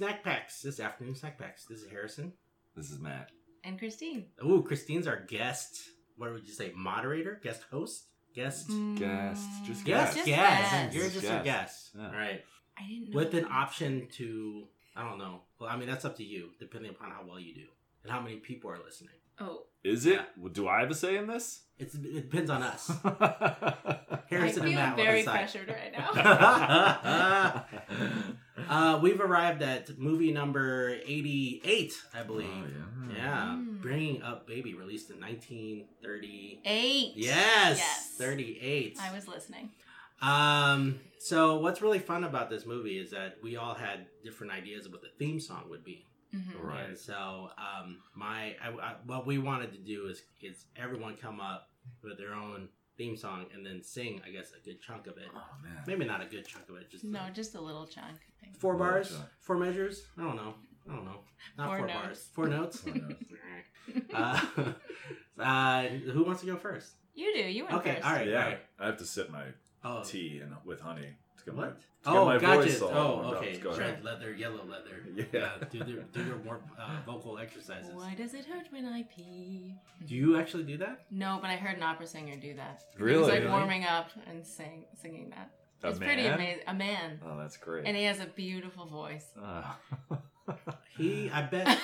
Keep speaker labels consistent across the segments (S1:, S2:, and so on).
S1: Packs. This afternoon snack packs. This is Harrison.
S2: This is Matt.
S3: And Christine.
S1: Ooh, Christine's our guest. What would you say? Moderator, guest host, guest,
S2: Guest. Just
S1: guest,
S3: Just
S1: guest.
S3: guest.
S1: Mm, You're just a
S2: Guest.
S1: guest.
S2: Yeah.
S1: All right.
S3: I didn't know.
S1: With an
S3: that.
S1: option to, I don't know. Well, I mean that's up to you, depending upon how well you do and how many people are listening.
S3: Oh,
S2: Is it?
S1: Yeah.
S2: Well, Do I have a say in this?
S1: It's, it depends on us.
S3: I
S1: Harrison and
S3: feel
S1: Matt will
S3: very
S1: decide.
S3: pressured right
S2: Oh,
S3: now.
S1: now. Uh, we've arrived at movie number 88, I believe.
S2: Hmm.
S1: yeah.
S3: Mm.
S1: Bringing Up Baby, released in 1930.
S3: Eight.
S1: Yes,
S3: Yes.
S1: 38.
S3: I was listening.
S1: Um, so what's really fun about this movie is that we all had different ideas of what the theme song would be.
S3: Mhm.
S2: Right.
S1: And so, um, my I, I, what we wanted to do is is everyone come up with their own theme song and then sing, I guess, a good chunk of it.
S2: Oh man.
S1: Maybe not a good chunk of it, just
S3: No, just a little chunk. Thing.
S1: four
S2: Well,
S1: bars,
S2: that's, uh,
S1: four measures. I don't know. I don't know. Not
S3: Four
S1: four,
S3: notes.
S1: bars, four notes.
S2: Four notes.
S1: uh, uh, who wants to go first?
S3: you do. You went
S1: Okay,
S3: first.
S1: all right,
S2: yeah.
S1: all right.
S2: I have to sip my
S1: Oh,
S2: tea and with honey to get
S1: what?
S2: my, to
S1: oh,
S2: get my
S1: gotcha.
S2: voice all warmed
S1: oh,
S2: up.
S1: okay.
S2: Go
S1: Red
S2: ahead.
S1: leather, yellow leather.
S2: Yeah.
S1: do, the, do your more uh, vocal exercises.
S3: Why does it hurt when I pee?
S1: Do you actually do that?
S3: No, but I heard an opera singer do that. He was
S2: Really?
S3: like warming up and sing, singing that.
S2: A
S3: it's pretty
S2: man?
S3: amazing. A man.
S2: Oh, that's great.
S3: And he has a beautiful voice.
S2: Ah.
S1: He, I bet.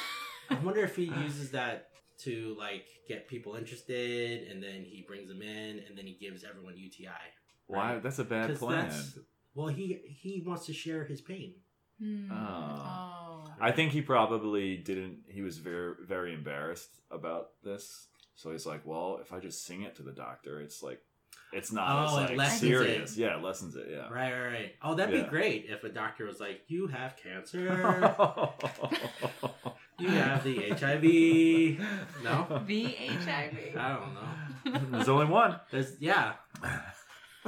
S1: I wonder if he uses that to like get people interested, and then he brings them in, and then he gives everyone UTI.
S2: Why? That's a bad
S1: 'Cause
S2: plan.
S1: that's- Well, he he wants to share his pain.
S3: Hmm.
S2: Oh.
S3: Oh.
S2: I think he probably didn't. He was very, very embarrassed about this. So he's like, "Well, if I just sing it to the doctor, it's like, it's not
S1: Oh, it
S2: as like,
S1: lessens
S2: serious.
S1: it.
S2: Yeah, it lessens it. Yeah."
S1: Right, right, right. Oh, that'd
S2: Yeah.
S1: be great if a doctor was like, "You have cancer. you have the HIV." No?
S3: The HIV.
S1: I don't know.
S2: There's only one.
S1: There's yeah.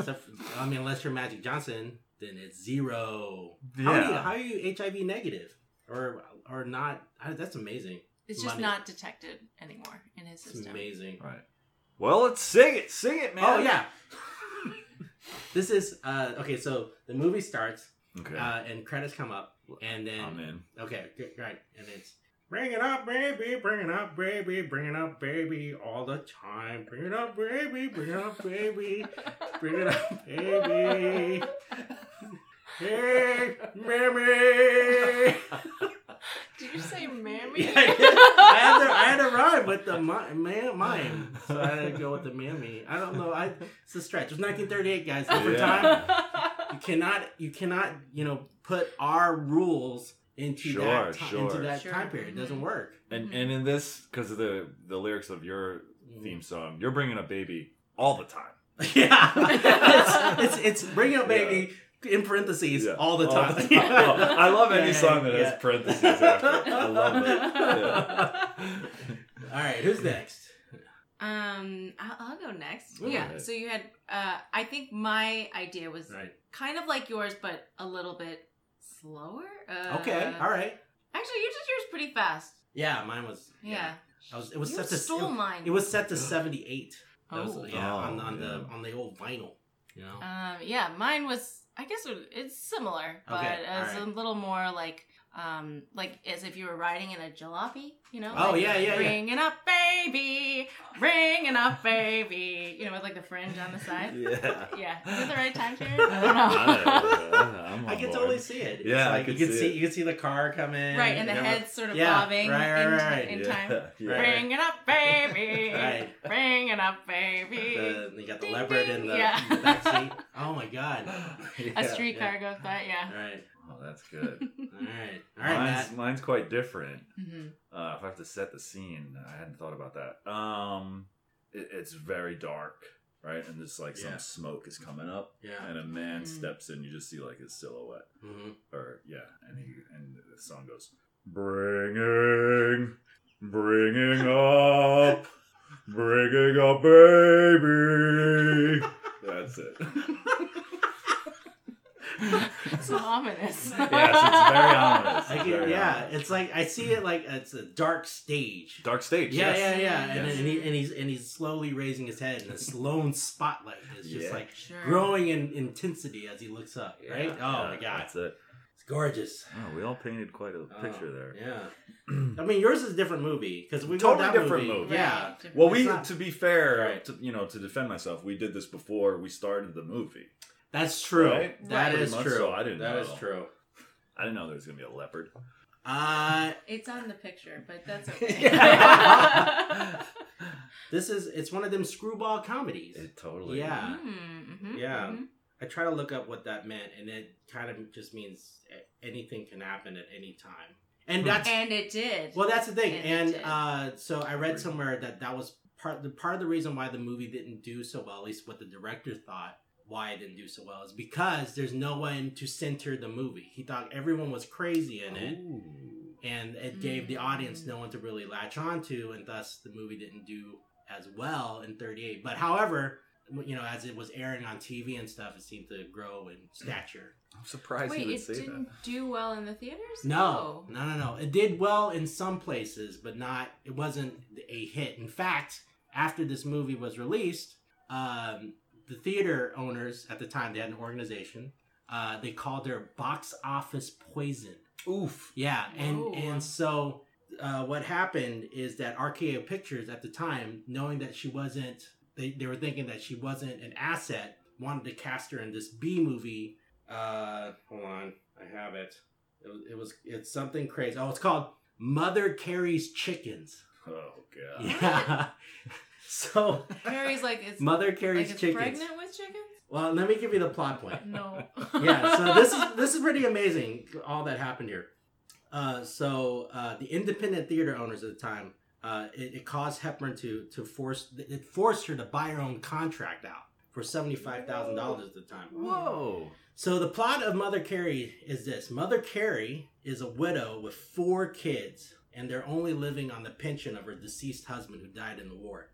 S1: So, I mean, unless you're Magic Johnson, then it's zero. How, are you,
S2: Yeah.
S1: how are you HIV negative or or not? I, that's amazing.
S3: it's just
S1: Money.
S3: not detected anymore in his
S1: It's
S3: system.
S1: amazing.
S2: Right. Well, let's sing it. Sing it, man.
S1: Oh yeah. this is uh, okay. So the movie starts
S2: Okay.
S1: uh, and credits come up, and then
S2: I'm in.
S1: Okay, good, right. And it's bring it up, baby, bring it up, baby, bring it up, baby, all the time. Bring it up, baby, bring it up, baby, bring it up, baby. Hey, Mammy!
S3: Did you say mammy?
S1: Yeah, I, did. I had to, I had to rhyme with the mi- ma- mime, so I had to go with the mammy. I don't know. I it's a stretch. It was 1938, guys. Different
S2: Yeah.
S1: time. You cannot, you cannot, you know, put our rules into
S2: Sure,
S1: that ti- into
S2: sure.
S1: that
S3: Sure.
S1: time period. It doesn't work.
S2: And and in this, because of the the lyrics of your theme song, you're bringing a baby all the time.
S1: Yeah, it's, it's it's bring up baby in parentheses
S2: Yeah.
S1: all the time.
S2: Oh, I love any
S1: Yeah,
S2: song that
S1: yeah.
S2: has parentheses after. it. I love it. Yeah.
S1: All right, who's next?
S3: Um, I'll, I'll go next.
S2: Go
S3: yeah.
S2: ahead.
S3: So you had, uh, I think my idea was
S1: Right.
S3: kind of like yours, but a little bit slower. Uh,
S1: Okay. All right.
S3: Actually, you did yours pretty fast.
S1: Yeah, mine was.
S3: Yeah.
S1: I was. It was
S3: you
S1: set to.
S3: stole
S1: It,
S3: mine.
S1: it was set to seventy eight.
S3: Oh.
S1: yeah,
S2: Oh,
S1: on, on the
S2: yeah.
S1: on the old vinyl. You know.
S3: Um, yeah, mine was. I guess it- it's similar, but
S1: Okay,
S3: it's a
S1: alright.
S3: little more like, um, like as if you were riding in a jalopy, you know?
S1: Oh,
S3: like,
S1: yeah, yeah, yeah.
S3: Ringing up, baby, ringing up, baby. You know, with like the fringe on the side.
S2: Yeah.
S3: Yeah, is it the right time period? I don't know.
S2: I'm
S1: I
S2: on
S1: can
S2: board.
S1: totally see it. It's
S2: Yeah, I
S1: like,
S2: could
S1: you can
S2: see
S1: see
S2: it.
S1: you can see the car coming.
S3: right, and the
S1: everyone-
S3: head's sort of
S1: Yeah,
S3: bobbing
S1: right, right,
S3: in,
S1: right.
S3: in
S2: Yeah.
S3: time.
S2: Yeah.
S1: Right.
S3: Ringing up, baby,
S1: Right.
S3: ringing up, baby.
S1: The, you got the
S3: Ding,
S1: leopard
S3: ding.
S1: in the,
S3: Yeah.
S1: in the back seat. Oh my god.
S3: a
S2: Yeah.
S3: streetcar goes by, yeah.
S1: All right.
S2: Oh, that's good.
S1: All right. All right, Matt.
S2: mine's, mine's quite different.
S3: hmm
S2: Uh, if I have to set the scene, I hadn't thought about that. Um, it, it's very dark, right? And there's like
S1: Yeah.
S2: some smoke is coming up,
S1: Yeah.
S2: and a man
S3: Mm.
S2: steps in. You just see like his silhouette,
S1: Mhm.
S2: or yeah, and he and the song goes, "Bringing, bringing up, bringing up, baby." That's it.
S3: So ominous.
S2: Yes, it's
S1: I
S2: very ominous.
S1: can,
S2: Very
S1: yeah,
S2: ominous.
S1: it's like I see it like it's a dark stage.
S2: Dark stage.
S1: yeah,
S2: yes.
S1: yeah, yeah, and,
S2: Yes.
S1: and, he, and he's and he's slowly raising his head, and this lone spotlight is just
S2: Yeah.
S1: like
S3: Sure.
S1: growing in intensity as he looks up. Right?
S2: Yeah,
S1: oh my
S2: yeah,
S1: god!
S2: That's it.
S1: It's gorgeous.
S2: Oh, we all painted quite a
S1: Oh,
S2: picture there.
S1: Yeah. I mean, yours is a different movie because we
S2: Totally
S1: got that
S2: different
S1: movie.
S2: movie.
S1: Yeah.
S3: Right.
S2: Well, we
S1: It's not-
S2: to be fair,
S1: Right.
S2: to, you know, to defend myself, we did this before we started the movie.
S1: That's true.
S2: Right?
S1: That
S2: Pretty
S1: is
S2: much
S1: true.
S2: so, I didn't
S1: That
S2: know.
S1: is true.
S2: I didn't know there was gonna be a leopard.
S1: Uh,
S3: It's on the picture, but that's okay.
S1: Yeah. this is it's one of them screwball comedies.
S2: totally.
S1: Yeah.
S3: Mm, mhm,
S1: Yeah.
S3: mhm.
S1: I try to look up what that meant, and it kind of just means a- anything can happen at any time. And
S2: Hmm.
S1: that's
S3: And it did.
S1: well, that's the thing. And
S3: And it
S1: uh, so I read somewhere that that was part the part of the reason why the movie didn't do so well, at least what the director thought why it didn't do so well, is because there's no one to center the movie. He thought everyone was crazy in it.
S2: Ooh.
S1: and it gave the audience
S3: Mm.
S1: no one to really latch on to and thus the movie didn't do as well in 38 but however you know as it was airing on tv and stuff it seemed to grow in stature
S2: I'm surprised
S3: Wait,
S2: you would
S3: it
S2: say
S3: didn't do well in the theaters?
S1: no no no no it did well in some places but not it wasn't a hit in fact after this movie was released um, the theater owners at the time they had an organization uh, they called their box office poison
S2: that. Oof.
S1: Yeah, and
S3: Whoa.
S1: and so uh, what happened is that RKO Pictures at the time, knowing that she wasn't, they, they were thinking that she wasn't an asset, wanted to cast her in this B movie. Uh, hold on, I have it. It was, it was it's something crazy. Oh, it's called Mother Carries Chickens.
S2: Oh god.
S1: Yeah. so
S3: Mary's like, it's,
S1: Mother
S3: like,
S1: carries
S3: it's
S1: chickens.
S3: pregnant with chickens?
S1: Well, let me give you the plot point
S3: No.
S1: yeah, so this is this is pretty amazing. All that happened here. Uh, so uh, the independent theater owners at the time, uh, it, it caused Hepburn to to force it forced her to buy her own contract out for seventy five thousand dollars at the time.
S2: Whoa.
S1: So the plot of Mother Carey is this: Mother Carey is a widow with four kids, and they're only living on the pension of her deceased husband who died in the war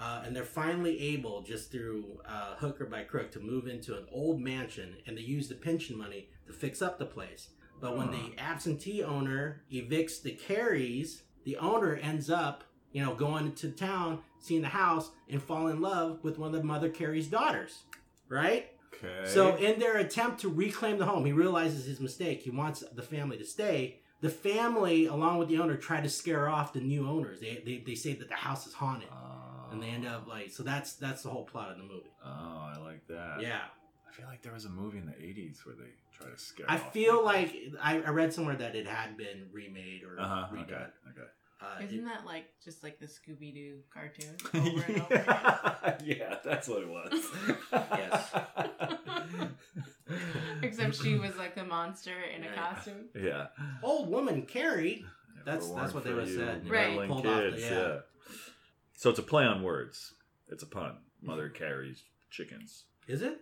S1: uh, and they're finally able, just through uh, hook or by crook, to move into an old mansion, and they use the pension money to fix up the place. But when the absentee owner evicts the Carries, the owner ends up, you know, going to town, seeing the house, and fall in love with one of the mother Carey's daughters, right?
S2: Okay.
S1: So, in their attempt to reclaim the home, he realizes his mistake. He wants the family to stay. The family, along with the owner, try to scare off the new owners. They, they, they say that the house is haunted
S2: Oh.
S1: and they end up like so that's that's the whole plot of the movie
S2: Oh, I like that.
S1: yeah
S2: I feel like there was a movie in the '80s where they try to scare.
S1: i
S2: off
S1: feel
S2: people.
S1: like I, I read somewhere that it had been remade or
S2: Uh huh.
S1: redone
S2: Okay. Okay.
S1: uh, it-
S3: Isn't that like just like the Scooby Doo cartoon? Over and over?
S2: yeah, that's what it was.
S1: Yes.
S3: Except she was like the monster in a
S1: Right.
S3: costume.
S2: Yeah.
S1: old woman carrie That's-
S2: Never
S1: that's
S2: warned
S1: what they
S2: for
S1: would've
S2: you
S1: said.
S3: Right.
S2: meddling
S1: Pulled off the-
S2: kids,
S1: yeah.
S2: So it's a play on words. It's a pun. Mother carries chickens.
S1: is it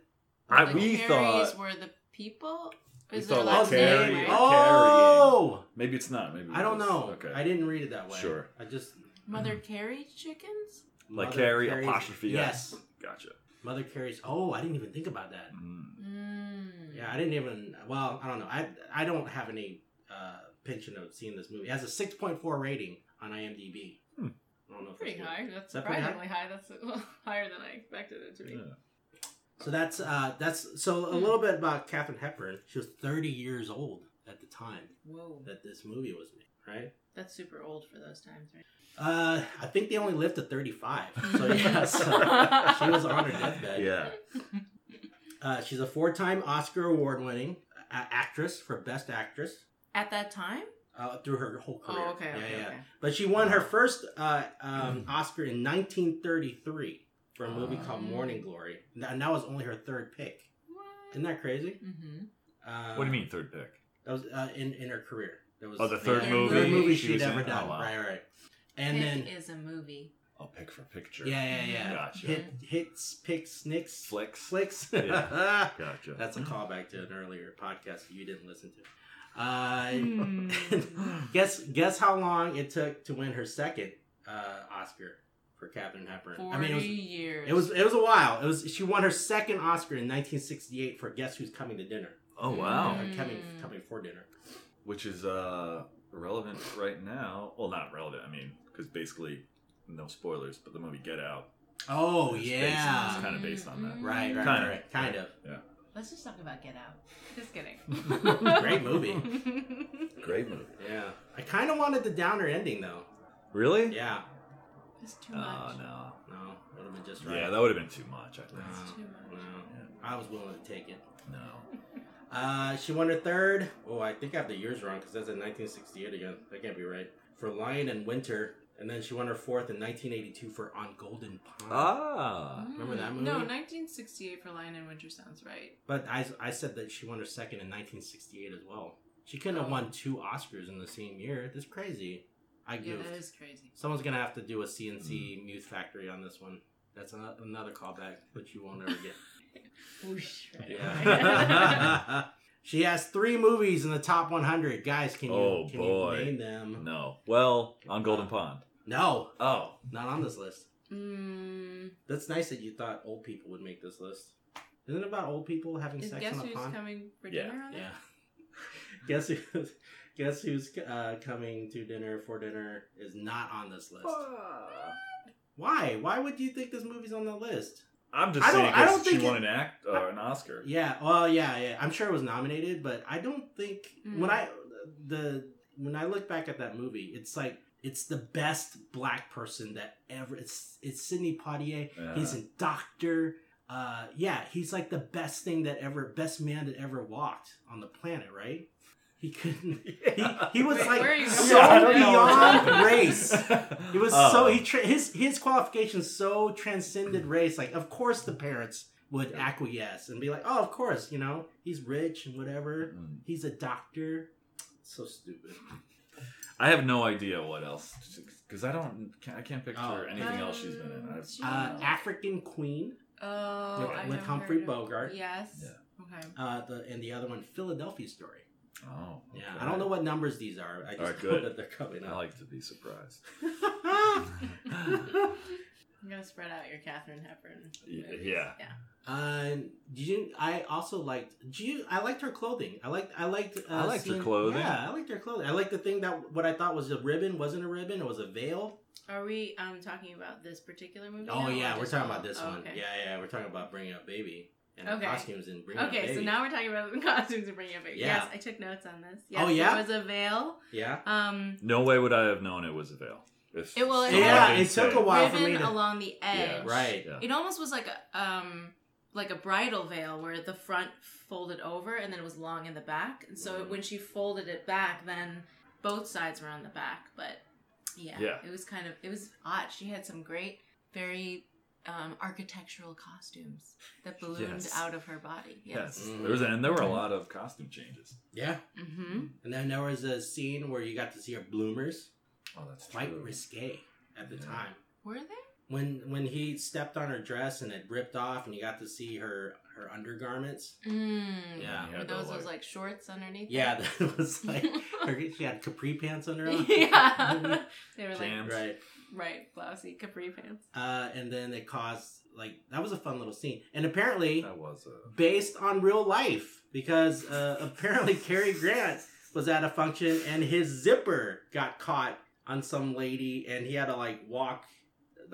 S2: I-
S3: the
S2: we
S3: Carries
S2: thought-
S3: were the people.
S2: We
S3: Is their
S2: thought, like,
S3: last name?
S2: Carrie-
S3: Right?
S2: Oh.
S1: oh
S2: Maybe it's not. Maybe
S1: i don't
S2: it's-
S1: know
S2: Okay.
S1: i didn't read it that way
S2: Sure.
S1: i just
S3: Mother Carrie chickens.
S2: like
S1: Mother
S2: carry
S1: Carey's-
S2: apostrophe s.
S1: yes
S2: Gotcha.
S1: mother carries oh i didn't even think about that
S2: Mm.
S3: Mm.
S1: yeah i didn't even well i don't know i i don't have any uh pension of seeing this movie it has a 6.4 rating on imdb
S2: Hmm.
S1: i don't know if
S3: Pretty
S1: that's good.
S3: high. That's
S1: that pretty high?
S3: surprisingly high. That's higher than I expected it to be.
S2: Yeah.
S1: So that's uh, that's so
S3: Hmm.
S1: a little bit about Katherine Hepburn. She was 30 years old at the time
S3: Whoa,
S1: that this movie was made, right?
S3: that's super old for those times, right?
S1: Uh, I think they only lived to 35. So yeah, so, she was on her deathbed.
S2: Yeah.
S1: uh, she's a four-time Oscar award-winning a- actress for Best Actress
S3: At that time?
S1: uh, through her whole career.
S3: Oh, okay,
S1: Yeah,
S3: okay,
S1: yeah.
S3: okay.
S1: But she won her first uh,
S2: Hmm.
S1: um, Oscar in 1933 for a movie called
S2: Ah.
S3: Mm.
S1: Morning Glory, and that was only her third pick. Isn't
S3: What?
S1: that crazy?
S3: Mm-hmm.
S1: Uh,
S2: What do you mean third pick?
S1: That was uh, in in her career. That was
S2: Oh, the third
S3: movie
S1: Third movie
S2: she
S1: she'd
S2: was
S1: ever
S2: in?
S1: done.
S2: Oh, wow.
S1: Right, right. And
S3: Pick
S1: then
S3: is a movie.
S2: I'll pick for picture.
S1: yeah, yeah, yeah.
S2: Gotcha.
S1: Hit, hits, picks, nicks,
S2: Flicks.
S1: flicks.
S2: Yeah. Gotcha.
S1: That's a callback to an earlier podcast that you didn't listen to.
S3: Hmm.
S1: Uh,
S3: Mm.
S1: guess guess how long it took to win her second uh, Oscar for Katherine Hepburn.
S3: Forty
S1: I mean, it was
S3: years.
S1: it was it was a while. It was she won her second Oscar in 1968 for Guess Who's Coming to Dinner.
S2: Oh wow.
S1: Or coming
S3: Mm.
S1: coming for dinner.
S2: which is uh relevant right now. Well, not relevant. I mean, because basically, no spoilers. But the movie Get Out.
S1: Oh
S2: It's
S1: yeah.
S2: based- it's kind of based on that.
S1: Right, right,
S2: Kinda.
S1: right. Kind of.
S2: Yeah.
S3: Let's just talk about Get Out. Just kidding.
S1: Great movie. Mm-hmm.
S4: Great movie.
S1: Yeah. I kind of wanted the downer ending though.
S2: Really?
S1: Yeah.
S3: It's too much.
S2: Oh no.
S1: No, would have been just right.
S2: Yeah, that would have been too much. I think.
S1: No,
S3: It's too much.
S1: no.
S2: Yeah.
S1: I was willing to take it.
S2: No.
S1: Uh, she won her third. Oh, I think I have the years wrong because that's in 1968 again. That can't be right. For Lion and Winter. And then she won her fourth in 1982 for On Golden Pond.
S2: Ah.
S1: Remember that
S3: No,
S1: movie?
S3: 1968 for Lion and Winter sounds right.
S1: But I, I said that she won her second in 1968 as well. She couldn't have won two Oscars in the same year. That's crazy. I
S3: Yeah,
S1: goofed.
S3: that is crazy.
S1: Someone's gonna have to do a CNC
S2: Hmm.
S1: Muse Factory on this one. That's an- another callback, which you won't ever get.
S3: Whoosh, right away.
S1: Yeah. she has three movies in the top 100. Guys, can you,
S2: Oh,
S1: can
S2: boy.
S1: you name them?
S2: No. Well, on Golden Pond.
S1: No,
S2: Oh.
S1: not on this list.
S3: mm,
S1: That's nice that you thought old people would make this list. Isn't it about old people having
S3: is
S1: sex
S3: guess
S1: on a
S3: who's
S1: pond?
S3: coming for
S2: Yeah.
S3: dinner on
S1: yeah.
S3: that?
S1: guess who's guess who's uh, coming to dinner for dinner is not on this list. Why? Why would you think this movie's on the list?
S2: I'm just
S1: I don't-
S2: saying
S1: I don't
S2: 'cause she
S1: think
S2: won
S1: it-
S2: an act or an Oscar.
S1: Yeah. Well, yeah, yeah. I'm sure it was nominated, but I don't think
S3: Mm.
S1: when I the when I look back at that movie, it's like it's the best black person that ever. It's it's Sidney Poitier.
S2: Yeah.
S1: He's a doctor. Uh, yeah, he's like the best thing that ever, best man that ever walked on the planet. Right? He couldn't. He, he was
S3: Wait,
S1: like
S3: where are you going
S1: so
S3: with that?
S1: beyond race. It was
S2: Oh.
S1: so he tra- his his qualifications so transcended race. Like, of course, the parents would
S2: Yeah.
S1: acquiesce and be like, "Oh, of course, you know, he's rich and whatever.
S2: Mm.
S1: He's a doctor." So stupid.
S2: I have no idea what else because I don't. Can't, I can't picture
S1: Oh.
S2: anything else she's been in.
S3: Um,
S2: I've,
S3: she-
S1: Uh, African Queen
S3: Oh,
S1: with,
S3: I
S1: with
S3: have
S1: Humphrey
S3: heard of-
S1: Bogart.
S3: Yes.
S2: Yeah.
S3: Okay.
S1: Uh, the, and the other one, Philadelphia Story.
S2: oh,
S1: Yeah,
S2: okay.
S1: I don't know what numbers these are. I just
S2: Alright,
S1: know
S2: good.
S1: that they're coming
S2: I
S1: up.
S2: like to be surprised.
S3: I'm gonna spread out your Catherine Hepburn.
S2: Y-
S3: movies.
S2: yeah.
S3: Yeah.
S1: Um, did you? I also liked. Did you? I liked her clothing. I liked. I liked. Uh,
S2: I liked her clothing.
S1: Yeah, I liked her clothing. I liked the thing that what I thought was a ribbon wasn't a ribbon. It was a veil.
S3: Are we um talking about this particular movie?
S1: Oh
S3: now, or
S1: yeah, we're
S3: just
S1: talking
S3: all-
S1: about this
S3: oh,
S1: one.
S3: okay.
S1: Yeah, yeah, we're talking about bringing up baby and the
S3: Okay.
S1: costumes and bringing up
S3: Okay,
S1: baby.
S3: so now we're talking about the costumes and bringing it back.
S1: Yeah.
S3: Yes, I took notes on this. Yes,
S1: Oh, yeah?
S3: It was a veil.
S1: yeah,
S3: Um,
S2: No way would I have known it was a veil. If
S3: It will-
S2: someone
S1: yeah,
S2: didn't
S1: it took
S2: say
S1: a while for me
S3: ribbon
S1: to.
S3: along the edge.
S2: Yeah.
S1: Right.
S2: Yeah.
S3: It almost was like a um like a bridal veil where the front folded over and then it was long in the back. And so
S2: Mm.
S1: Mhm.
S3: when she folded it back, then both sides were on the back. But yeah,
S2: Yeah.
S3: it was kind of it was odd. She had some great, very um, architectural costumes that ballooned
S2: Yes.
S3: out of her body. Yes.
S2: Yes, there was, and there were a lot of costume changes.
S1: Yeah,
S3: Mm-hmm.
S1: and then there was a scene where you got to see her bloomers.
S2: Oh, that's
S1: Quite
S2: true.
S1: risque at the
S2: Yeah.
S1: time.
S3: Were they?
S1: when when he stepped on her dress and it ripped off and you got to see her her undergarments
S3: Mm.
S1: Yeah.
S2: Yeah,
S3: Were those
S2: the,
S3: those
S2: like-
S3: like shorts underneath.
S1: yeah
S3: it?
S1: that was like her, she had capri pants under her
S3: yeah. they were like
S2: Jam.
S1: right
S3: right blousy capri pants.
S1: uh, and then it caused like that was a fun little scene and apparently
S2: That was a.
S1: based on real life because uh, apparently Cary Grant was at a function and his zipper got caught on some lady and he had to like walk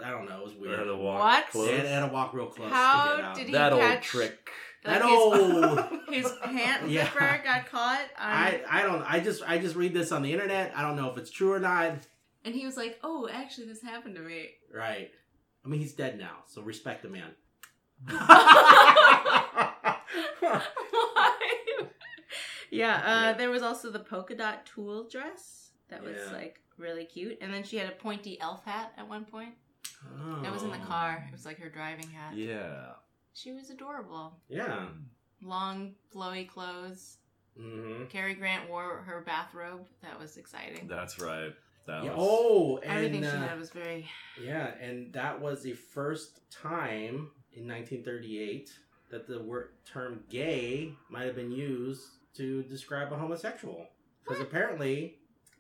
S1: I don't know it was
S2: We had
S1: weird
S2: to walk
S3: What?
S1: They
S2: close.
S1: had, had to walk real close to get
S3: How
S1: out.
S3: did he
S2: that old
S3: catch
S2: trick.
S1: That
S3: his-
S1: old-
S3: his, pant
S1: Yeah.
S3: zipper got caught. um, On,
S1: I, I don't I just I just read this on the internet. I don't know if it's true or not.
S3: and he was like, "Oh, actually, this happened to me."
S1: Right. I mean he's dead now, so respect the man.
S3: yeah. Uh, there was also the polka dot tulle dress that was
S1: Yeah.
S3: like really cute, and then she had a pointy elf hat at one point. That was in the
S1: Oh.
S3: car. It was like her driving hat.
S2: Yeah.
S3: She was adorable.
S1: Yeah.
S3: Long flowy clothes.
S1: Mm-hmm.
S3: Cary Grant wore her bathrobe. That was exciting.
S2: That's right. That
S1: Yeah,
S2: was.
S1: oh,
S3: Everything
S1: and
S3: she
S1: uh,
S3: had was very
S1: yeah, and that was the first time in 1938 that the word term "gay" might have been used to describe a homosexual, because apparently,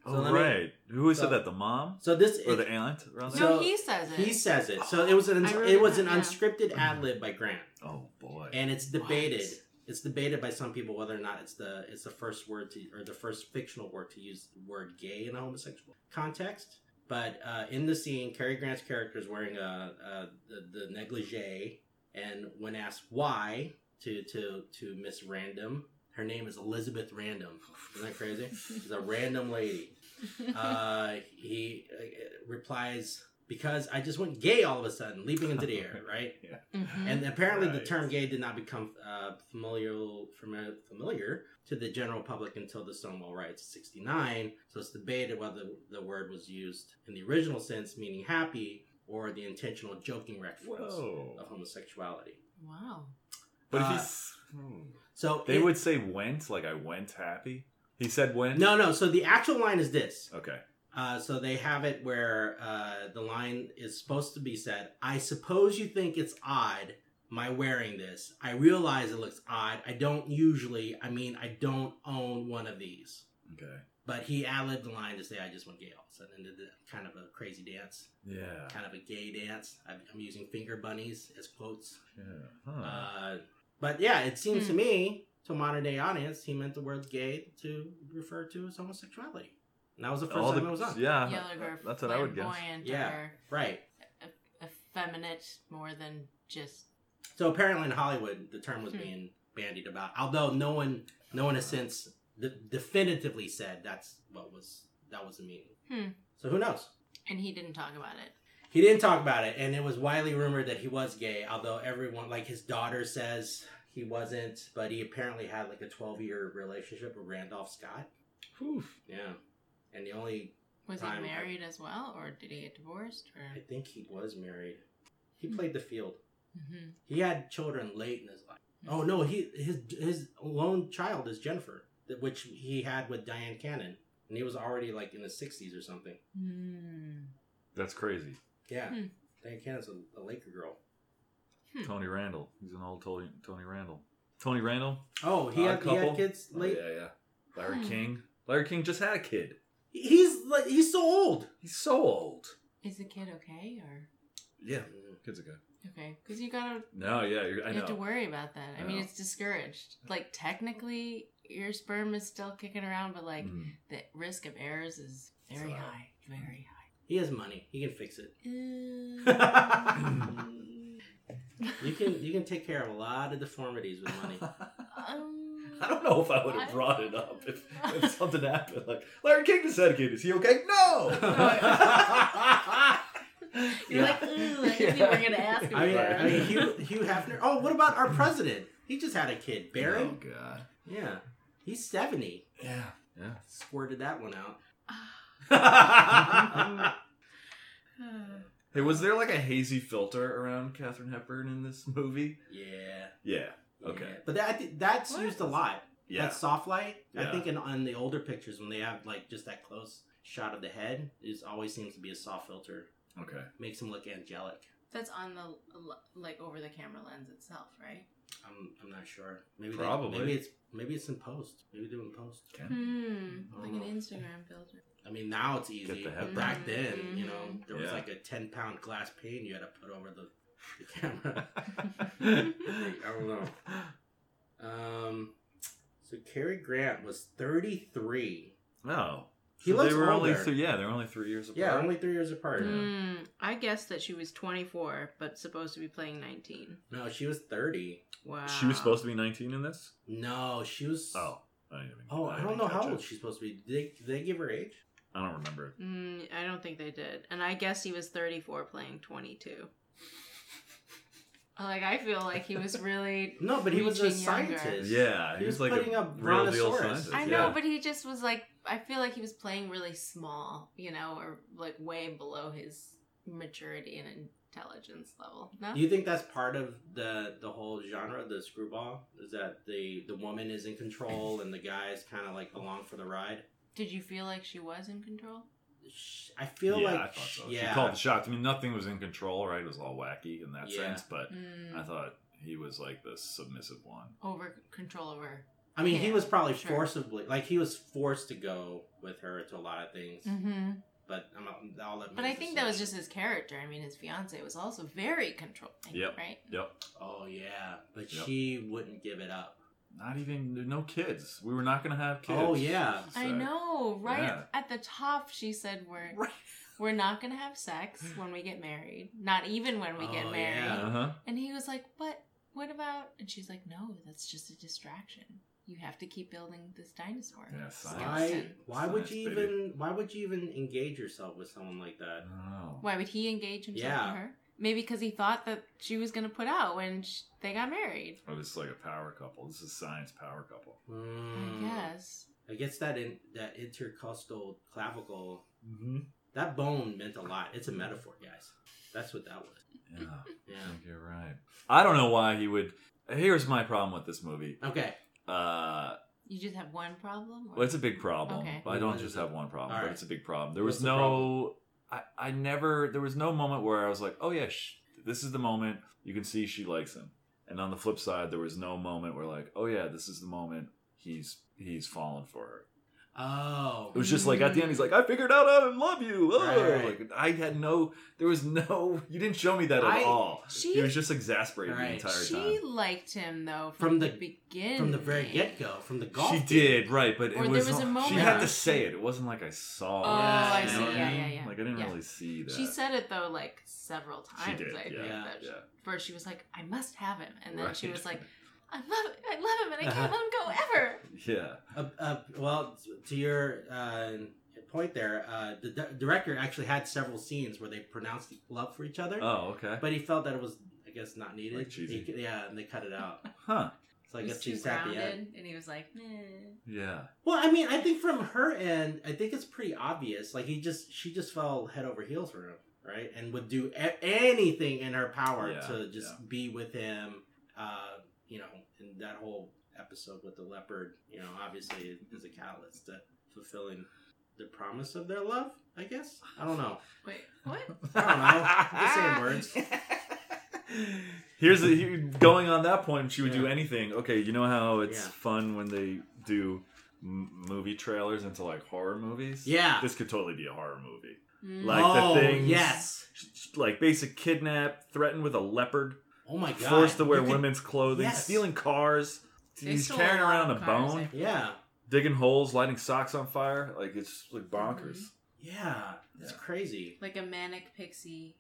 S2: Oh,
S1: So let me-
S2: right. Who
S1: so-
S2: said that? The mom
S1: so this
S2: or the aunt? Around there?
S1: So-
S3: no, he says it.
S1: he says it. So it was an
S3: I wrote
S1: it was
S3: it
S1: an
S3: down, yeah.
S1: unscripted
S2: Mm-hmm.
S1: ad lib by Grant.
S2: Oh boy.
S1: and it's debated.
S2: What?
S1: It's debated by some people whether or not it's the it's the first word to or the first fictional word to use the word gay in a homosexual context. But uh, in the scene, Cary Grant's character is wearing a, a the, the negligee, and when asked why, to to to Miss Random. Her name is Elizabeth Random. Isn't that crazy? She's a random lady. Uh, he uh, replies because I just went gay all of a sudden, leaping into the air, right?
S3: Mhm.
S2: Mm-hmm.
S1: And apparently, the
S2: Right.
S1: term "gay" did not become uh, familiar, fami- familiar to the general public until the Stonewall Riots of '69. So it's debated whether the word was used in the original sense, meaning happy, or the intentional joking reference of
S2: Whoa.
S1: homosexuality.
S3: Wow.
S2: But if
S1: Uh,
S2: he's. hmm.
S1: So
S2: They
S1: it-
S2: would say went, like I went happy. He said went?
S1: no, no. So the actual line is this.
S2: Okay.
S1: Uh, so they have it where uh, the line is supposed to be said. I suppose you think it's odd my wearing this. I realize it looks odd. I don't usually. I mean, I don't own one of these.
S2: Okay.
S1: But he ad-libbed the line to say, "I just went gay all of a sudden," and did the, kind of a crazy dance,
S2: Yeah.
S1: kind of a gay dance. I'm I'm using finger bunnies as quotes.
S2: Yeah. Huh.
S1: Uh, but yeah, it seems to me, to a modern day audience, he meant the word "gay" to refer to his homosexuality. And that was the first
S2: All
S1: time
S2: the-
S1: it was on.
S2: Yeah.
S3: Yeah, like we're
S2: Uh-huh. that's what I would guess.
S3: flamboyant
S1: Yeah.
S3: or
S1: Right.
S3: effeminate more than just.
S1: So apparently in Hollywood, the term was
S3: Hmm.
S1: being bandied about, although no one, no one has since de- definitively said that's what was that was the meaning.
S3: Hmm.
S1: So who knows?
S3: And he didn't talk about it.
S1: He didn't talk about it, and it was widely rumored that he was gay. Although everyone, like his daughter, says he wasn't, but he apparently had like a twelve-year relationship with Randolph Scott.
S2: Whew.
S1: Yeah, and the only
S3: Was
S1: I'm-
S3: he married as well, or did he get divorced?
S1: I
S3: Or
S1: think he was married. He
S3: Hmm.
S1: played the field.
S3: Mhm.
S1: He had children late in his life. Oh no, he his his lone child is Jennifer, that- which he had with Diane Cannon, and he was already like in his sixties or something.
S3: Hmm.
S2: That's crazy.
S1: Yeah,
S3: Hmm.
S1: Diane Cannon's a, a Laker girl.
S2: Tony Randall. He's an old Tony, Tony Randall. Tony Randall?
S1: Oh, he
S2: Odd
S1: had, he had
S2: couple?
S1: kids
S2: Oh,
S1: late.
S2: yeah, yeah. Larry
S3: Hmm.
S2: King. Larry King just had a kid.
S1: He's like he's so old.
S2: He's so old.
S3: Is the kid okay? Or
S2: Yeah.
S1: Mm-hmm.
S2: Kids are good.
S3: okay? Because you gotta
S2: No, yeah. You're, I
S3: you have to
S2: know.
S3: worry about that. I,
S2: I
S3: mean,
S2: know.
S3: it's discouraged. Like technically, your sperm is still kicking around, but like
S2: Mm.
S3: the risk of errors is
S2: It's
S3: very
S2: a lot.
S3: high, very high.
S1: He has money. He can fix it.
S3: Um,
S1: You can you can take care of a lot of deformities with money.
S3: um,
S2: I don't know if I would have brought it up if, if something happened. Like, Larry King just had a kid. Is he okay? No!
S3: You're
S2: Yeah.
S3: like, ooh, I guess you were gonna ask him.
S1: I mean,
S3: that."
S1: I mean Hugh, Hugh Hefner. Oh, what about our president? He just had a kid,
S2: Oh,
S1: Barron.
S2: God.
S1: Yeah, he's seventy.
S2: Yeah. Yeah.
S1: Squirted that one out.
S2: Hey, was there like a hazy filter around Katherine Hepburn in this movie?
S1: yeah.
S2: Yeah. Okay.
S1: yeah. But that, I think that's
S3: What?
S1: used a lot.
S2: Yeah.
S1: That soft light. I
S2: Yeah.
S1: think in on the older pictures when they have like just that close shot of the head, it always seems to be a soft filter.
S2: okay.
S1: Makes him look angelic.
S3: That's on the l- like over the camera lens itself, right?
S1: I'm I'm not sure. Maybe they-
S2: Probably.
S1: maybe it's maybe it's in post. Maybe they're in post.
S2: Can-
S3: Hmm.
S1: I
S3: Like
S1: don't
S3: an
S1: know.
S3: Instagram filter.
S1: I mean now it's easy.
S2: the
S1: But
S2: head
S1: back
S3: back.
S1: then, you know,
S3: Mhm.
S1: there was
S2: Yeah.
S1: like a ten pound glass pane you had to put over the, the camera. I don't know. Um so Cary Grant was thirty three.
S2: No.
S1: He looks
S2: Oh. they were only
S1: older.
S2: three. Yeah, they're only three years apart.
S1: Yeah, only three years apart.
S3: Hmm. I guessed that she was 24, but supposed to be playing 19.
S1: No, she was thirty.
S3: Wow.
S2: She was supposed to be 19 in this.
S1: No, she was.
S2: Oh, I didn't even.
S1: Oh, I
S2: didn't
S1: don't know
S2: catch
S1: how
S2: it.
S1: old she's supposed to be. Did they, did they give her age?
S2: I don't remember.
S3: Mm, I don't think they did. And I guess he was 34 playing 22. Like, I feel like he was really.
S1: No, but he was a
S3: Reaching younger.
S1: scientist.
S2: Yeah,
S1: He
S2: he,
S1: was
S2: was like
S1: putting
S2: a
S1: up
S2: real deal
S1: brontosaurus.
S2: scientist.
S3: I know,
S2: yeah.
S3: but he just was like. I feel like he was playing really small, you know, or like way below his maturity and intelligence level. No?
S1: Do you think that's part of the the whole genre, the screwball? Is that the the woman is in control and the guy's kind of like along for the ride?
S3: Did you feel like she was in control?
S1: Sh- I feel
S2: yeah,
S1: like
S2: I thought so.
S1: yeah,
S2: She called the shots. I mean, nothing was in control, right? It was all wacky in that
S1: Yeah.
S2: sense. But
S3: Mm,
S2: I thought he was like the submissive one.
S3: over control over.
S1: I mean, he
S3: Yeah,
S1: was probably
S3: sure.
S1: forcibly like he was forced to go with her to a lot of things.
S3: Mm-hmm.
S1: But I'm not, I'll let
S3: But I
S1: Moses
S3: think
S1: say.
S3: that was just his character. I mean, his fiance was also very controlling,
S2: Yep.
S3: right?
S2: Yep.
S1: Oh yeah, but
S2: Yep.
S1: she wouldn't give it up.
S2: Not even no kids. We were not gonna have kids.
S1: Oh, yeah.
S3: I
S2: So-
S3: know, right
S2: Yeah.
S3: at the top, she said we're
S2: Right.
S3: we're not gonna have sex when we get married, not even when we
S1: Oh,
S3: get married.
S1: yeah.
S2: Uh huh.
S3: And he was like, "But what about? And she's like, no, that's just a distraction. You have to keep building this dinosaur.
S2: Yeah, science.
S1: Why?
S3: skeleton."
S1: Why would
S2: Science,
S1: you
S2: baby.
S1: even? Why would you even engage yourself with someone like that?
S2: Oh.
S3: Why would he engage himself
S1: Yeah.
S3: to her? Maybe because he thought that she was going to put out when sh they got married.
S2: Oh, this is like a power couple. This is science power couple.
S1: Mm,
S3: I guess.
S1: I guess that in, that intercostal clavicle,
S2: Mm-hmm.
S1: that bone meant a lot. It's a metaphor, guys. That's what that was.
S2: Yeah,
S1: Yeah.
S2: I think you're right. I don't know why he would. Here's my problem with this movie.
S1: Okay.
S2: Uh,
S3: You just have one problem? or-
S2: well, it's a big problem.
S3: Okay.
S2: But I don't just have one problem,
S1: All
S2: but
S1: right.
S2: it's a big problem. There
S1: What's
S2: was
S1: the
S2: no. I, I never. There was no moment where I was like, oh, yeah, sh- this is the moment you can see she likes him. And on the flip side, there was no moment where, like, oh, yeah, this is the moment he's he's fallen for her.
S1: Oh.
S2: It was just like at the end, he's like, "I figured out how to love you." Oh.
S1: Right, right.
S2: Like I had no, there was no. You didn't show me that at
S1: I-
S2: all.
S3: She-
S2: he was just exasperated
S1: Right.
S2: the entire
S3: She liked him, though, from,
S1: From
S3: the,
S1: the-
S3: beginning.
S1: from the very get go, from the
S2: time.
S1: golf.
S2: She did right, but it
S3: Or there
S2: was,
S3: was a
S2: she
S3: moment
S2: had
S1: where
S2: to
S3: she-
S2: say it. It wasn't like I saw.
S3: Oh,
S2: it,
S1: I
S2: you know
S1: see.
S2: what
S1: Yeah,
S2: I mean?
S3: yeah, yeah.
S2: Like I didn't
S3: Yeah.
S2: really see that.
S3: She said it, though, like several
S2: she
S3: times,
S2: did.
S3: I think.
S2: yeah,
S1: Yeah.
S3: that she-
S2: yeah.
S3: Where she was like, I must have him. And then
S2: Right.
S3: she was like, I love I love him and I can't
S1: Uh-huh.
S3: let him go ever.
S2: "Yeah,
S1: Uh, uh, well, to your uh, point there, uh, the di- director actually had several scenes where they pronounced love for each other,
S2: oh okay,
S1: but he felt that it was, I guess, not needed.
S2: Like cheesy.
S1: He- yeah, and they cut it out.
S2: huh?
S1: So I
S3: He was
S1: guess
S3: too
S1: he's happy. yeah.
S3: grounded, And he was like, meh.
S2: Yeah,
S1: Well, I mean, I think from her end, I think it's pretty obvious. Like he just, she just fell head over heels for him, right? And would do a- anything in her power
S2: Yeah,
S1: to just
S2: yeah.
S1: be with him. Uh, you know, and that whole episode with the leopard, you know, obviously is a catalyst to fulfilling the promise of their love. I guess I don't know.
S3: Wait, what?
S1: I don't know. Just
S2: words. Here's a, he- going on that point. She would do
S1: Yeah.
S2: anything. Okay, you know how it's
S1: Yeah.
S2: fun when they do m- movie trailers into like horror movies.
S1: Yeah.
S2: this could totally be a horror movie.
S3: Mm.
S2: Like the
S1: oh
S2: things-
S1: yes.
S2: Sh- sh- Like basic kidnap, threatened with a leopard,
S1: Oh my god.
S2: forced to wear
S1: You could-
S2: women's clothing,
S1: Yes.
S2: stealing cars.
S3: They
S2: He's
S3: stole
S2: carrying
S3: a lot
S2: around a
S3: of cars, eh?
S2: bone,
S3: I think.
S1: Yeah.
S2: digging holes, lighting socks on fire. Like it's just, like bonkers.
S1: Yeah. That's
S2: Yeah.
S1: crazy.
S3: Like a manic pixie.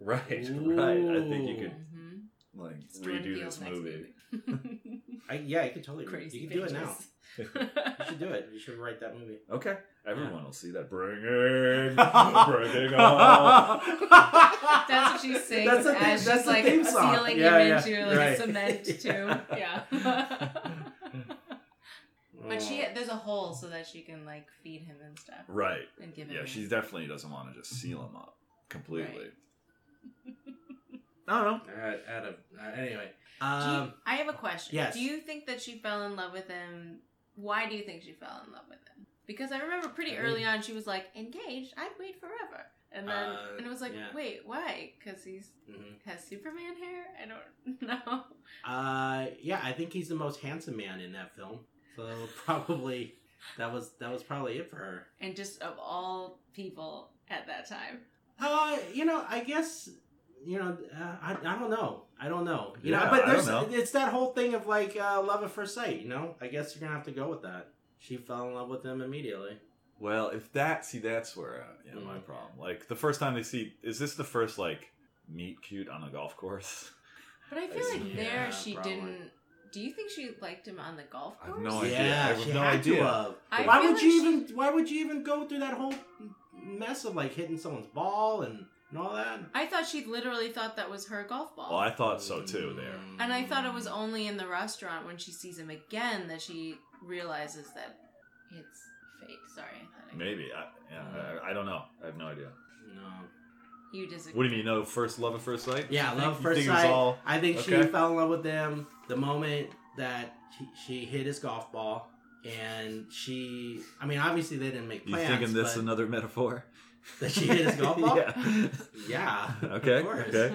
S2: Right, right. I think you could
S3: Mm-hmm.
S2: like redo this movie.
S1: I yeah, you could totally.
S3: Crazy.
S1: You could do it now. You
S3: now.
S1: should do it. You should write that movie.
S2: Okay. Everyone will see that. Bring it. Bring on.
S3: That's
S1: that's
S3: what she's saying.
S1: That's the theme-
S3: as
S1: that's
S3: she's
S1: the
S3: like
S1: theme song.
S3: sealing
S1: Yeah,
S3: him
S1: yeah,
S3: into like
S1: right.
S3: cement too.
S2: Yeah.
S3: Yeah. but she there's a hole so that she can like feed him and stuff
S2: Right.
S3: and give him.
S2: Yeah,
S3: a-
S2: she definitely doesn't want to just seal him up completely. I don't know.
S1: Alright, out of uh, anyway.
S3: Do you-
S1: Um,
S3: I have a question.
S1: yes.
S3: Do you think that she fell in love with him? Why do you think she fell in love with him? Because I remember pretty
S1: I
S3: early
S1: mean-
S3: on she was like engaged. I'd wait forever, and then
S1: Uh,
S3: and it was like,
S1: yeah.
S3: wait, why? Because he's
S2: mm-hmm.
S1: mhm.
S3: has Superman hair. I don't know.
S1: uh, yeah, I think he's the most handsome man in that film. So probably that was that was probably it for her.
S3: And just of all people at that time,
S1: Uh, you know, I guess you know, uh, I, I don't know. I don't know. You
S2: Yeah,
S1: know, but
S2: I don't
S1: there's
S2: know.
S1: it's that whole thing of like uh, love at first sight, you know? I guess you're going to have to go with that. She fell in love with him immediately.
S2: Well, if that, see, that's where uh, yeah, my
S1: Mhm.
S2: problem. Like, the first time they see, is this the first, like, meet cute on a golf course?
S3: but I feel
S2: I
S3: like
S2: see.
S3: there
S1: Yeah,
S3: she
S1: probably.
S3: didn't. Do you think she liked him on the golf
S2: Oh, I
S3: course?
S2: have no idea. I
S1: Yeah,
S2: have
S1: she
S2: no
S1: had
S2: idea.
S1: to have.
S3: I
S1: why
S3: feel
S1: would
S3: like
S1: you
S3: she-
S1: even? Why would you even go through that whole mess of like hitting someone's ball and, and all that?
S3: I thought she literally thought that was her golf ball.
S2: Well, I thought so too there.
S3: And I thought it was only in the restaurant when she sees him again that she realizes that it's fake. Sorry, I
S1: Mm.
S3: thought I
S2: Maybe. I, yeah, I, I don't know. I have no idea.
S1: No.
S3: you disagree.
S2: What do you mean, no first love at first sight?
S1: Yeah,
S2: You think-
S1: love at
S2: you
S1: first
S2: think it was
S1: sight.
S2: all-
S1: I think she
S2: Okay.
S1: fell in love with him the moment that she, she hit his golf ball, and she. I mean, obviously they didn't make
S2: You
S1: plans.
S2: thinking this
S1: but
S2: another metaphor?
S1: that she hit his golf ball?
S2: yeah.
S1: Yeah.
S2: Okay.
S1: Of course.
S2: Okay.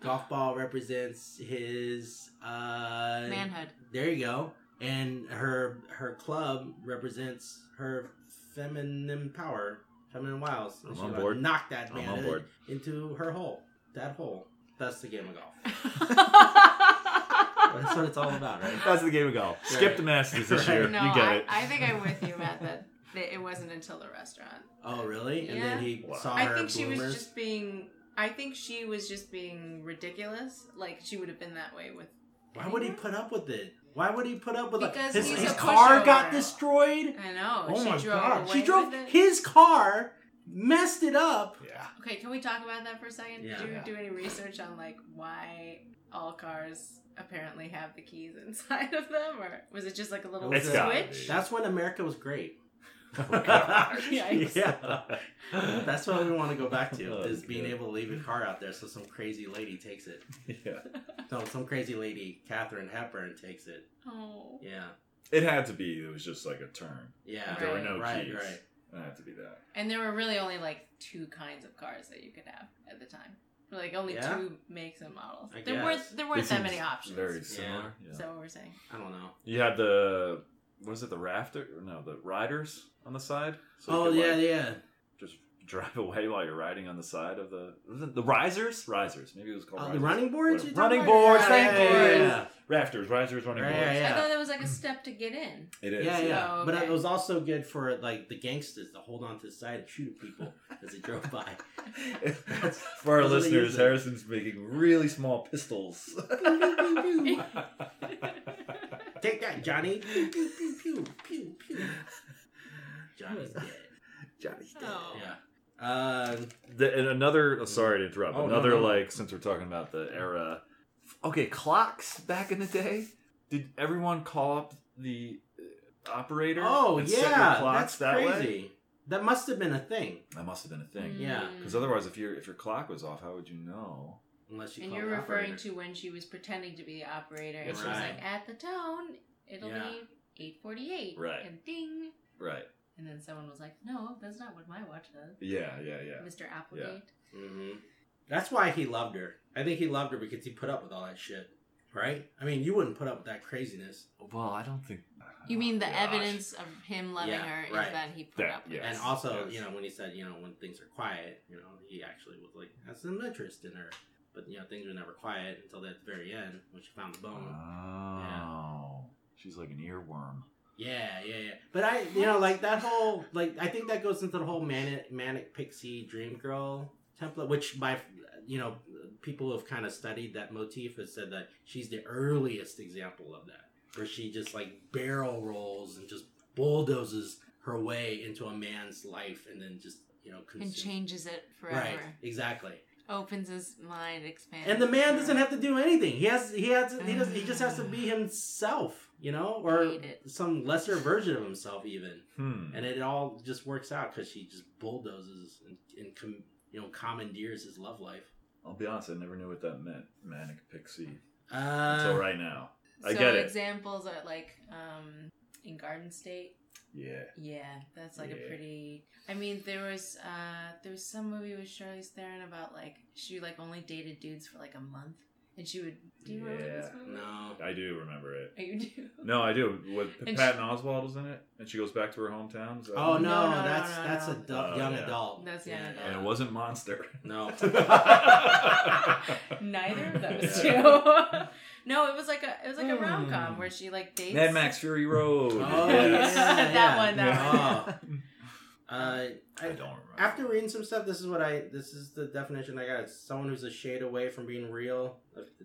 S1: Golf ball represents his uh,
S3: Manhood.
S1: There you go. And her her club represents her feminine power, feminine wiles. And
S2: I'm
S1: she
S2: on
S1: would
S2: board.
S1: Knock that
S2: I'm
S1: man
S2: on
S1: in-
S2: board.
S1: into her hole. That hole. That's the game of golf. That's
S3: That's
S1: what it's all about, right?
S2: That's the game of golf. Skip the Masters this year.
S3: No,
S2: you get
S3: I,
S2: it.
S3: I think I'm with you, Matt. That that it wasn't until the restaurant.
S1: Oh, really? And then he
S2: Wow.
S1: saw
S3: I
S1: her
S3: think she was
S1: bloomers.
S3: just being. I think she was just being ridiculous. Like she would have been that way with
S1: Why would he put up with it? Why would he put up with like
S3: Because
S1: his,
S2: he's
S1: his
S2: a
S1: car got
S3: pushover.
S1: destroyed?
S3: I know.
S1: Oh
S3: she
S1: my
S3: drove
S1: god!
S3: Away
S1: She drove
S3: with it.
S1: his car, messed it up.
S2: Yeah.
S3: Okay, can we talk about that for a second?
S1: Yeah.
S3: Did you
S2: Yeah.
S3: do any research on like why all cars apparently have the keys inside of them, or was it just like a little
S1: It's
S2: gotta
S3: switch?
S2: be.
S1: That's when America was great. Oh,
S3: Yikes.
S1: Yeah. That's what we want to go back to
S2: Oh,
S1: is being
S2: good.
S1: able to leave your car out there so some crazy lady takes it.
S2: yeah.
S1: No, some crazy lady, Catherine Hepburn, takes it.
S3: Oh,
S1: Yeah.
S2: It had to be. It was just like a turn.
S1: Yeah.
S2: There were
S3: Right.
S2: no
S1: right,
S2: keys.
S1: right.
S2: It had to be that.
S3: and there were really only like two kinds of cars that you could have at the time. Like only
S1: Yeah.
S3: two makes and models.
S1: I
S3: there
S1: guess.
S3: weren't there weren't
S2: They
S3: that
S2: seemed
S3: many options.
S2: Very
S3: Is
S2: similar. Yeah.
S3: that what we're saying?
S1: I don't know.
S2: You had the what was it? The rafter? No, the riders on the side. you
S1: oh
S2: could,
S1: yeah,
S2: like,
S1: yeah.
S2: Just drive away while you're riding on the side of the was it the risers. Risers. Maybe it was called
S1: Uh, the
S2: risers.
S1: running boards.
S2: Whatever.
S1: you're talking
S2: Running
S1: about?
S2: boards.
S1: Yeah,
S2: Thank
S1: yeah,
S2: you.
S1: yeah,
S2: Rafters. Risers. Running
S1: Right,
S2: boards.
S1: yeah,
S3: I thought that was like a step to get in.
S2: It
S1: Yeah,
S2: is.
S1: yeah. yeah.
S3: Oh,
S1: But
S3: okay.
S1: it was also good for like the gangsters to hold on to the side and shoot at people as they drove by.
S2: For our
S1: That's what they
S2: listeners,
S1: use it.
S2: Harrison's making really small pistols.
S1: Take that, Johnny. Pew, pew, pew, pew, pew, pew. Johnny's dead.
S2: Johnny's
S3: Oh.
S1: Yeah. Um,
S2: The, and another, oh, sorry to interrupt.
S1: Oh, no,
S2: another
S1: no, no.
S2: like, since we're talking about the era, okay, clocks back in the day. Did everyone call up the uh, operator?
S1: oh
S2: and
S1: yeah,
S2: set your clocks
S1: that's
S2: that way?
S1: crazy. That must have been a thing,
S2: That must have been a thing.
S1: Yeah.
S3: Mm.
S2: Because otherwise, if your if your clock was off, how would you know?
S1: unless you.
S3: And
S1: call
S3: you're
S1: the
S3: referring
S1: operator.
S3: to when she was pretending to be the operator, and
S2: That's
S3: she was
S1: right.
S3: like, "At the tone, it'll
S1: Yeah.
S3: be eight forty-eight,
S2: Right.
S3: And ding."
S2: Right.
S3: And then someone was like, "No, that's not what my watch does,
S2: Yeah. Yeah. Yeah.
S3: Mister Applegate."
S1: hmm That's why he loved her. I think he loved her because he put up with all that shit, right? I mean, you wouldn't put up with that craziness.
S2: Well, I don't think.
S3: You mean the
S2: Gosh.
S3: evidence of him loving
S1: Oh, Yeah,
S3: her
S1: right.
S3: is that he put
S2: That-
S3: up with
S2: yes.
S1: And also,
S2: yes.
S1: you know, when he said, you know, when things are quiet, you know, he actually was like has some interest in her. But you know, things were never quiet until that very end when she found the
S2: Oh.
S1: bone. Yeah.
S2: She's like an earworm.
S1: Yeah, yeah, yeah. But I, you know, like that whole, like I think that goes into the whole manic, manic pixie dream girl template, which by, you know, people who have kind of studied that motif have said that she's the earliest example of that, where she just like barrel rolls and just bulldozes her way into a man's life, and then just you know
S3: and
S1: consumes.
S3: changes it forever.
S1: Right, exactly.
S3: Opens his mind, expands.
S1: And the man
S3: it.
S1: doesn't have to do anything. He has, he has, he does, he just has to be
S3: Mm-hmm.
S1: himself, you know, or
S3: Hate it.
S1: some lesser version of himself, even.
S2: Hmm.
S1: and it all just works out because she just bulldozes and, and com- you know commandeers his love life.
S2: I'll be honest. I never knew what that meant. Manic pixie.
S1: Uh,
S2: Until right now. I
S3: so
S2: get it.
S3: examples are like um, in Garden State.
S2: Yeah.
S3: Yeah, that's like
S2: Yeah.
S3: a pretty. I mean, there was uh there was some movie with Charlize Theron about like she like only dated dudes for like a month, and she would. Do you remember this
S2: Yeah.
S3: movie?
S1: No,
S2: I do remember it.
S3: Oh, you do.
S2: No, I do. With
S3: And
S2: Patton Oswald was in it, and she goes back to her hometown. Is that-
S1: oh no,
S3: No, no, no,
S1: that's
S3: no,
S1: that's
S3: no.
S1: a du-
S2: Oh,
S1: young
S2: yeah.
S1: adult.
S3: That's young adult.
S2: and it wasn't Monster.
S1: No,
S2: Mad
S3: Neither of those
S2: Yeah.
S3: two. no, it was like a it was like a
S2: Hmm.
S3: rom com where she like dates
S2: Max Fury Road.
S1: Oh,
S3: Yes.
S1: yeah,
S3: That
S1: yeah.
S3: one, that
S1: Yeah.
S2: one.
S1: uh,
S2: I
S1: I,
S2: don't remember.
S1: after reading some stuff, this is what I this is the definition I got. It's someone who's a shade away from being real.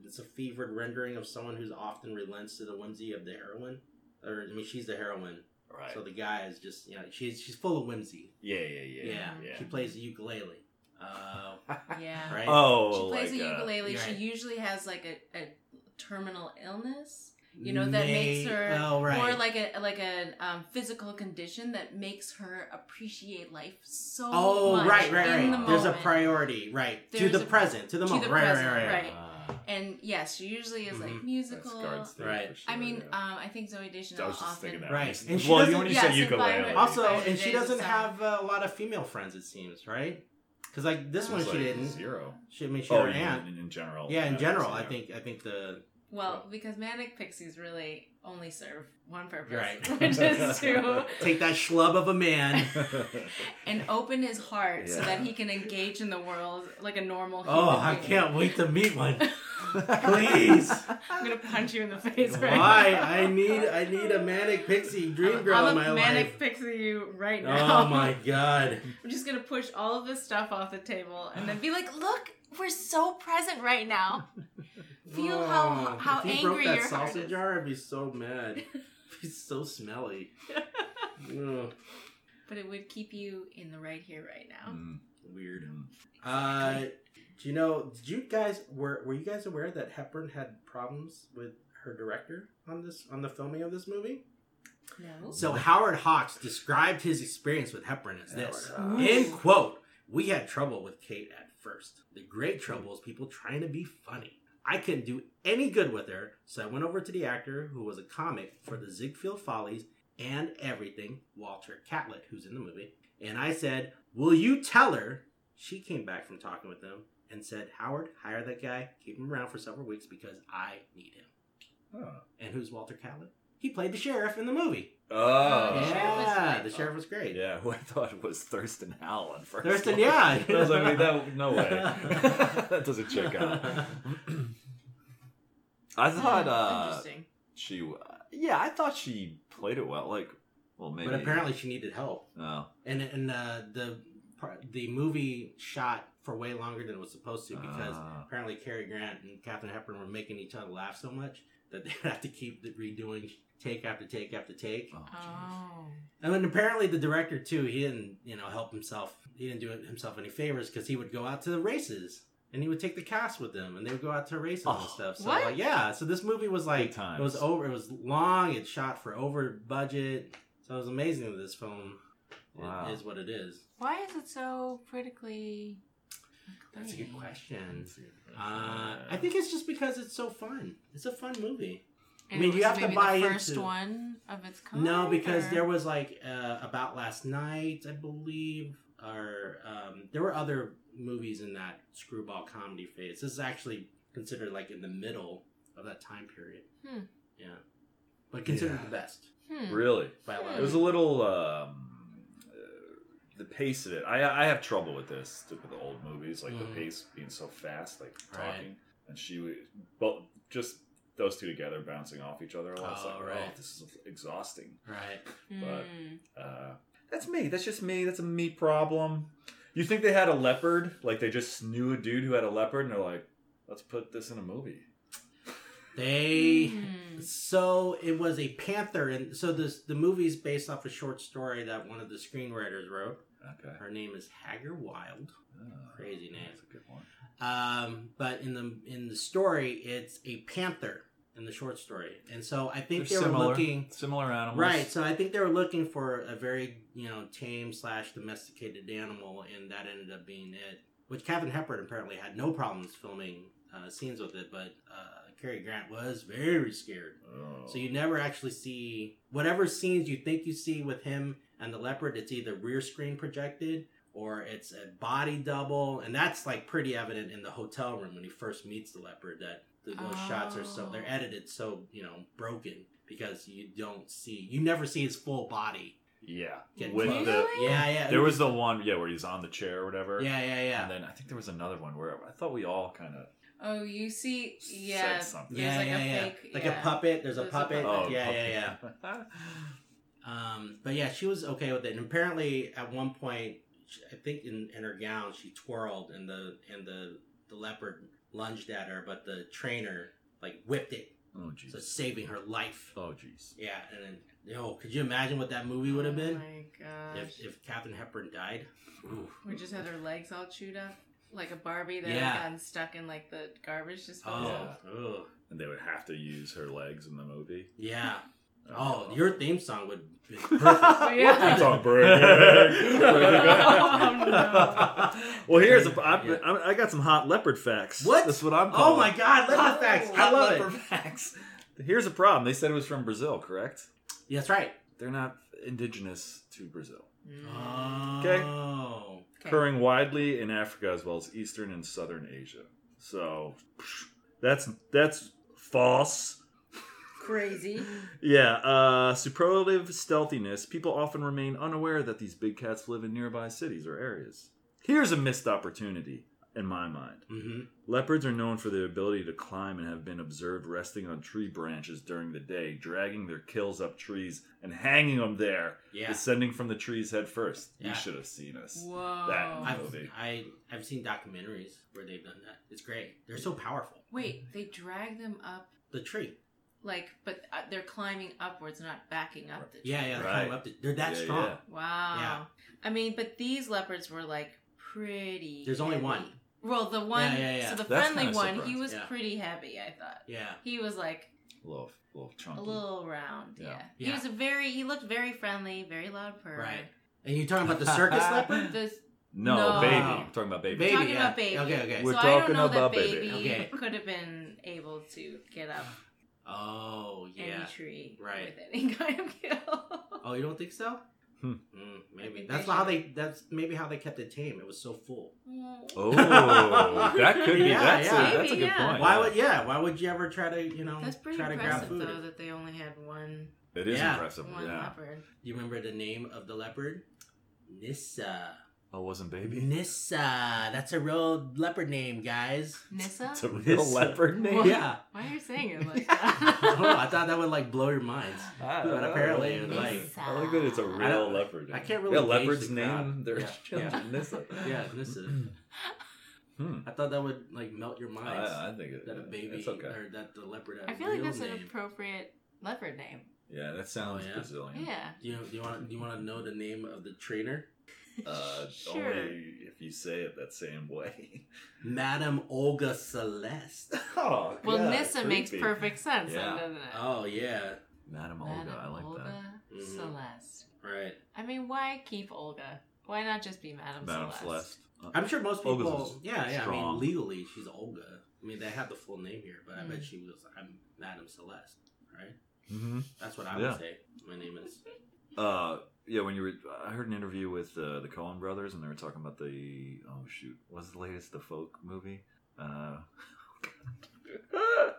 S1: It's a fevered rendering of someone who's often relents to the whimsy of the heroine. Or I mean, she's the heroine,
S2: right.
S1: so the guy is just you know she's she's full of whimsy.
S2: yeah, yeah, yeah,
S1: Yeah,
S2: yeah.
S1: she plays the ukulele. Uh,
S3: Oh, Yeah.
S1: right.
S2: Oh,
S3: She plays
S2: like,
S3: a
S2: uh,
S3: ukulele. she
S1: right.
S3: usually has like a, a terminal illness you know, that makes her
S1: oh, right.
S3: or like a like a um, physical condition that makes her appreciate life so
S1: Oh,
S3: much
S1: right, right,
S3: in
S1: right.
S3: the
S1: There's a
S3: moment.
S1: priority, right,
S3: There's
S1: to the
S3: a-
S1: present, to the
S3: to
S1: moment,
S3: the
S1: right,
S3: present,
S1: right, right,
S3: right.
S2: Ah,
S3: and yes, she usually is
S1: Mhm.
S3: like
S2: that's
S3: musical.
S2: Guards Day
S1: Right.
S2: for sure,
S3: I mean,
S2: yeah.
S3: um, I think Zoe Deschanel
S2: I was just
S3: often
S2: thinking that.
S1: Right. And she
S2: well, you
S1: doesn't-
S2: when you
S3: yes,
S2: said
S3: and
S2: ukulele,
S3: Byron-
S1: Also,
S3: Right,
S1: and she
S3: there's
S1: doesn't
S3: some-
S1: have uh, a lot of female friends, it seems, right? Because like this
S3: It's
S1: one,
S2: It's
S1: she
S2: like
S1: didn't.
S2: zero.
S1: She, I mean, she
S2: Oh,
S1: had
S2: you
S1: an
S2: mean
S1: aunt.
S2: in, in general.
S1: Yeah, in
S2: that
S1: general,
S2: was
S1: I
S2: zero.
S1: think, I think the
S3: Well, because manic pixies really only serve one purpose,
S1: Right.
S3: which is to
S1: take that schlub of a man.
S3: and open his heart so
S2: Yeah.
S3: that he can engage in the world like a normal. Human
S1: oh, I
S3: being.
S1: can't wait to meet one. Please,
S3: I'm gonna punch you in the face. Right
S1: why?
S3: now.
S1: I need, I need a manic pixie dream
S3: I'm-
S1: girl
S3: I'm
S1: in
S3: a
S1: my
S3: manic
S1: life.
S3: pixie you right now.
S1: Oh my god.
S3: I'm just gonna push all of this stuff off the table and then be like, "Look, we're so present right now." Feel how
S1: Oh,
S3: how
S1: if he broke
S3: angry
S1: that
S3: your heart
S1: salsa
S3: is.
S1: jar, I'd be so mad. He's so smelly. Ugh,
S3: But it would keep you in the right here, right now.
S2: Mm,
S1: weird.
S2: mm.
S1: Uh, do you know? Did you guys were were you guys aware that Hepburn had problems with her director on this on the filming of this movie?
S3: No.
S1: So Howard Hawks described his experience with Hepburn as
S2: Howard
S1: this.
S2: Hawks.
S1: End quote. We had trouble with Kate at first. The great trouble is people trying to be funny. I couldn't do any good with her, so I went over to the actor who was a comic for the Ziegfeld Follies and everything, Walter Catlett, who's in the movie, and I said, Will you tell her? She came back from talking with them and said, Howard, hire that guy, keep him around for several weeks because I need him.
S2: Oh.
S1: And who's Walter Catlett? He played the sheriff in the movie.
S3: The
S2: Oh.
S3: sheriff was
S1: Yeah, the
S3: delightful.
S1: sheriff was great.
S2: Yeah, who I thought was Thurston Howell at first.
S1: Thurston, yeah.
S2: I was like, wait, that, no way. that doesn't check out.
S1: Oh,
S2: I thought uh,
S3: Interesting.
S2: she, uh, yeah, I thought she played it well. Like, well, maybe. Oh.
S1: But apparently, she needed help,
S2: No.
S1: and and uh, the par- the movie shot for way longer than it was supposed to because
S2: Ah.
S1: apparently Cary Grant and Katherine Hepburn were making each other laugh so much that they have to keep the- redoing take after take after take.
S2: Oh, jeez.
S3: Oh.
S1: And then apparently the director too, he didn't, you know, help himself. He didn't do himself any favors because he would go out to the races and he would take the cast with him, and they would go out to races and
S2: Oh.
S1: stuff. So
S3: What?
S1: like, yeah, so this movie was like
S2: Good times.
S1: it was over. It was long. It shot for over budget. So it was amazing that this film i-
S2: Wow.
S1: is what it is.
S3: Why is it so critically?
S1: That's a good question.
S2: That's good.
S1: Uh, I think it's just because it's so fun. It's a fun movie.
S3: I
S1: mean, you have to buy
S3: the first
S1: into-
S3: one of its kind.
S1: No, because
S3: or-
S1: there was like uh, about last night, I believe, or um, there were other movies in that screwball comedy phase. This is actually considered like in the middle of that time period.
S3: Hmm.
S1: Yeah, but considered
S2: Yeah.
S1: the best
S3: Hmm.
S2: Really?
S1: by a lot.
S2: It was a little um, uh, the pace of it. I I have trouble with this with the old movies, like
S1: Mhm.
S2: the pace being so fast, like
S1: Right.
S2: talking. And she would, but just those two together bouncing off each other a lot. it's
S1: Oh,
S2: like,
S1: right.
S2: oh, this is exhausting.
S1: right.
S2: but-
S3: Mm.
S2: Uh, that's me. That's just me. That's a me problem. You think they had a leopard? Like they just knew a dude who had a leopard, and they're like, let's put this in a movie.
S1: They
S3: Mm.
S1: so it was a panther, and so this the movie's based off a short story that one of the screenwriters wrote.
S2: Okay.
S1: Her name is Hagar Wild.
S2: Ah,
S1: Crazy name.
S2: That's a good one.
S1: Um, but in the in the story, it's a panther in the short story, and so I think
S2: They're
S1: they were
S2: similar,
S1: looking
S2: similar animals,
S1: right. So I think they were looking for a very you know tame slash domesticated animal, and that ended up being it. Which Katherine Hepburn apparently had no problems filming uh, scenes with it, but uh, Cary Grant was very scared.
S2: Oh.
S1: So you never actually see whatever scenes you think you see with him and the leopard. It's either rear screen projected or it's a body double, and that's like pretty evident in the hotel room when he first meets the leopard. That th- those shots are so
S3: Oh.
S1: they're edited so you know broken because you don't see you never see his full body.
S2: yeah,
S1: Get
S2: with
S1: close.
S2: the
S3: Really?
S1: Yeah, yeah.
S2: There was the one, yeah, where he's on the chair or whatever.
S1: yeah, yeah, yeah.
S2: And then I think there was another one where I thought we all kind of.
S3: Oh, you see,
S2: Said
S3: yeah,
S2: something.
S3: there's
S1: yeah,
S3: like
S1: yeah,
S3: a
S1: yeah.
S3: fake,
S1: like
S3: yeah.
S1: a puppet. There's a
S3: There's a
S1: puppet.
S2: oh,
S3: puppet.
S1: yeah, yeah, yeah.
S2: yeah.
S1: Um, but yeah, she was okay with it. And apparently, at one point, sh I think in, in her gown, she twirled, and the and the the leopard lunged at her, but the trainer like whipped it,
S2: oh
S1: so
S2: jeez.
S1: saving her life.
S2: Oh jeez.
S1: Yeah, and then you know, could you imagine what that movie would have been
S3: Oh my gosh.
S1: if if Katherine Hepburn died?
S3: We just had her legs all chewed up, like a Barbie that
S1: Yeah.
S3: had gotten stuck in like the garbage disposal.
S1: Oh, ugh.
S2: And they would have to use her legs in the movie.
S1: yeah. Oh,
S2: no.
S1: your theme song would. Be perfect.
S2: What
S3: Yeah.
S2: theme song?
S3: Oh,
S2: Well, here's a, I,
S1: Yeah.
S2: I, I got some hot leopard facts.
S1: What?
S2: That's what I'm. Calling.
S1: Oh my God, leopard
S3: Hot-
S1: facts! I
S2: Hot
S1: love
S2: leopard
S1: it.
S2: facts. Here's a problem. They said it was from Brazil, correct?
S1: Yeah, that's right.
S2: They're not indigenous to Brazil.
S1: Oh.
S3: Mm.
S1: Okay. Oh.
S3: Okay.
S2: occurring widely in Africa as well as Eastern and Southern Asia. So that's that's false.
S3: Crazy.
S2: Yeah, uh, superlative stealthiness. People often remain unaware that these big cats live in nearby cities or areas. Here's a missed opportunity. in my mind.
S1: hmm
S2: Leopards are known for their ability to climb and have been observed resting on tree branches during the day, dragging their kills up trees and hanging them there,
S1: Yeah.
S2: descending from the trees head first.
S1: Yeah.
S2: You should have seen us.
S3: Whoa.
S2: That
S1: I've,
S2: movie.
S1: I, I've seen documentaries where they've done that. It's great. They're so powerful.
S3: Wait, they drag them up,
S1: The tree.
S3: like, but uh, they're climbing upwards, not backing up the tree.
S1: Yeah, yeah. They're,
S2: Right.
S1: kind of up to, they're that
S2: Yeah,
S1: strong.
S2: yeah.
S3: Wow.
S1: Yeah.
S3: I mean, but these leopards were like pretty.
S1: There's only
S3: heavy.
S1: one.
S3: Well, the one,
S1: Yeah, yeah, yeah.
S3: so the
S2: That's
S3: friendly
S2: kinda
S3: one, he
S2: surprising.
S3: was
S1: Yeah.
S3: pretty heavy. I thought
S1: Yeah.
S3: he was like
S2: A little, a little chunky.
S3: a little round. Yeah.
S2: Yeah.
S3: He
S1: Yeah.
S3: was a very. He looked very friendly, very loud purr.
S1: Right. And you're talking about the circus leopard?
S3: The,
S2: no,
S3: No.
S2: baby. I'm talking about baby.
S1: Baby,
S3: talking
S1: yeah.
S3: about baby.
S1: Okay, okay.
S2: We're
S3: so I don't
S2: talking
S3: know
S2: about
S3: that baby,
S2: baby.
S1: Okay.
S3: could have been able to get up
S1: Oh,
S3: any
S1: yeah.
S3: tree
S1: Right.
S3: with any kind of kill.
S1: Oh, you don't think so?
S2: Hmm.
S1: Mm, maybe
S3: think
S1: that's
S3: they
S1: how
S3: should.
S1: they. That's maybe how they kept it tame. It was so full.
S2: Oh, that could be.
S1: Yeah,
S2: that's,
S1: yeah.
S2: A, that's a
S3: Maybe,
S2: good
S3: yeah.
S2: point.
S1: Why would yeah? Why would you ever try to you know
S3: That's pretty
S1: Um, try to grab
S3: impressive,
S1: food?
S3: though, that they only had one
S2: It is
S1: Yeah.
S2: impressive.
S3: one
S2: Yeah.
S3: leopard.
S1: You remember the name of the leopard? Nissa.
S2: Oh, it wasn't baby.
S1: Nissa. That's a real leopard name, guys.
S3: Nissa?
S2: It's a real
S1: Nissa.
S2: leopard name.
S3: What?
S1: Yeah.
S3: Why are you saying it like
S1: I don't know, Oh, I
S3: that?
S1: thought that would like blow your minds.
S2: Ah,
S1: But apparently
S2: I
S1: it,
S2: like-
S1: like-
S2: I like that it's a
S1: I
S2: real
S1: don't-
S2: leopard.
S1: I can't
S2: name.
S1: really
S2: Yeah,
S1: gauge
S2: leopards
S1: the
S2: name
S1: crowd.
S2: their
S1: Yeah,
S2: children
S1: yeah.
S2: Nissa.
S1: Yeah, Nissa.
S2: Hmm.
S1: I thought that would like melt your minds.
S2: I, I think it,
S1: that a baby
S2: It's okay.
S1: or that the leopard. Had
S3: I
S1: a
S3: feel like
S1: real
S3: that's an
S1: name.
S3: appropriate leopard name.
S2: Yeah, that sounds
S1: Oh, yeah?
S2: Brazilian.
S3: Yeah.
S1: Do you, do you want do you want to know the name of the trainer?
S2: Uh,
S3: Sure.
S2: Only if you say it that same way.
S1: Madame Olga Celeste.
S2: Oh,
S3: Well,
S2: yeah,
S3: Nissa makes
S2: creepy.
S3: perfect sense, then,
S2: Yeah.
S3: doesn't it?
S1: Oh yeah,
S2: Madame
S3: Madame
S2: Olga, I like that. Mm-hmm.
S3: Olga
S1: Mhm.
S3: Celeste.
S1: right.
S3: I mean, why keep Olga? Why not just be Madame,
S2: Madame
S3: Celeste?
S2: Celeste. Uh,
S1: I'm sure most
S2: Olga's
S1: people.
S2: is
S1: Yeah, yeah. I mean,
S2: strong.
S1: legally, she's Olga. I mean, they have the full name here, but I
S3: Mm.
S1: bet she was. I'm Madame Celeste. Right.
S2: mhm.
S1: That's what I
S2: Yeah.
S1: would say. My name is.
S2: Uh, yeah, when you were, I heard an interview with uh, the Coen brothers, and they were talking about the oh shoot, what's the latest the folk movie? Uh,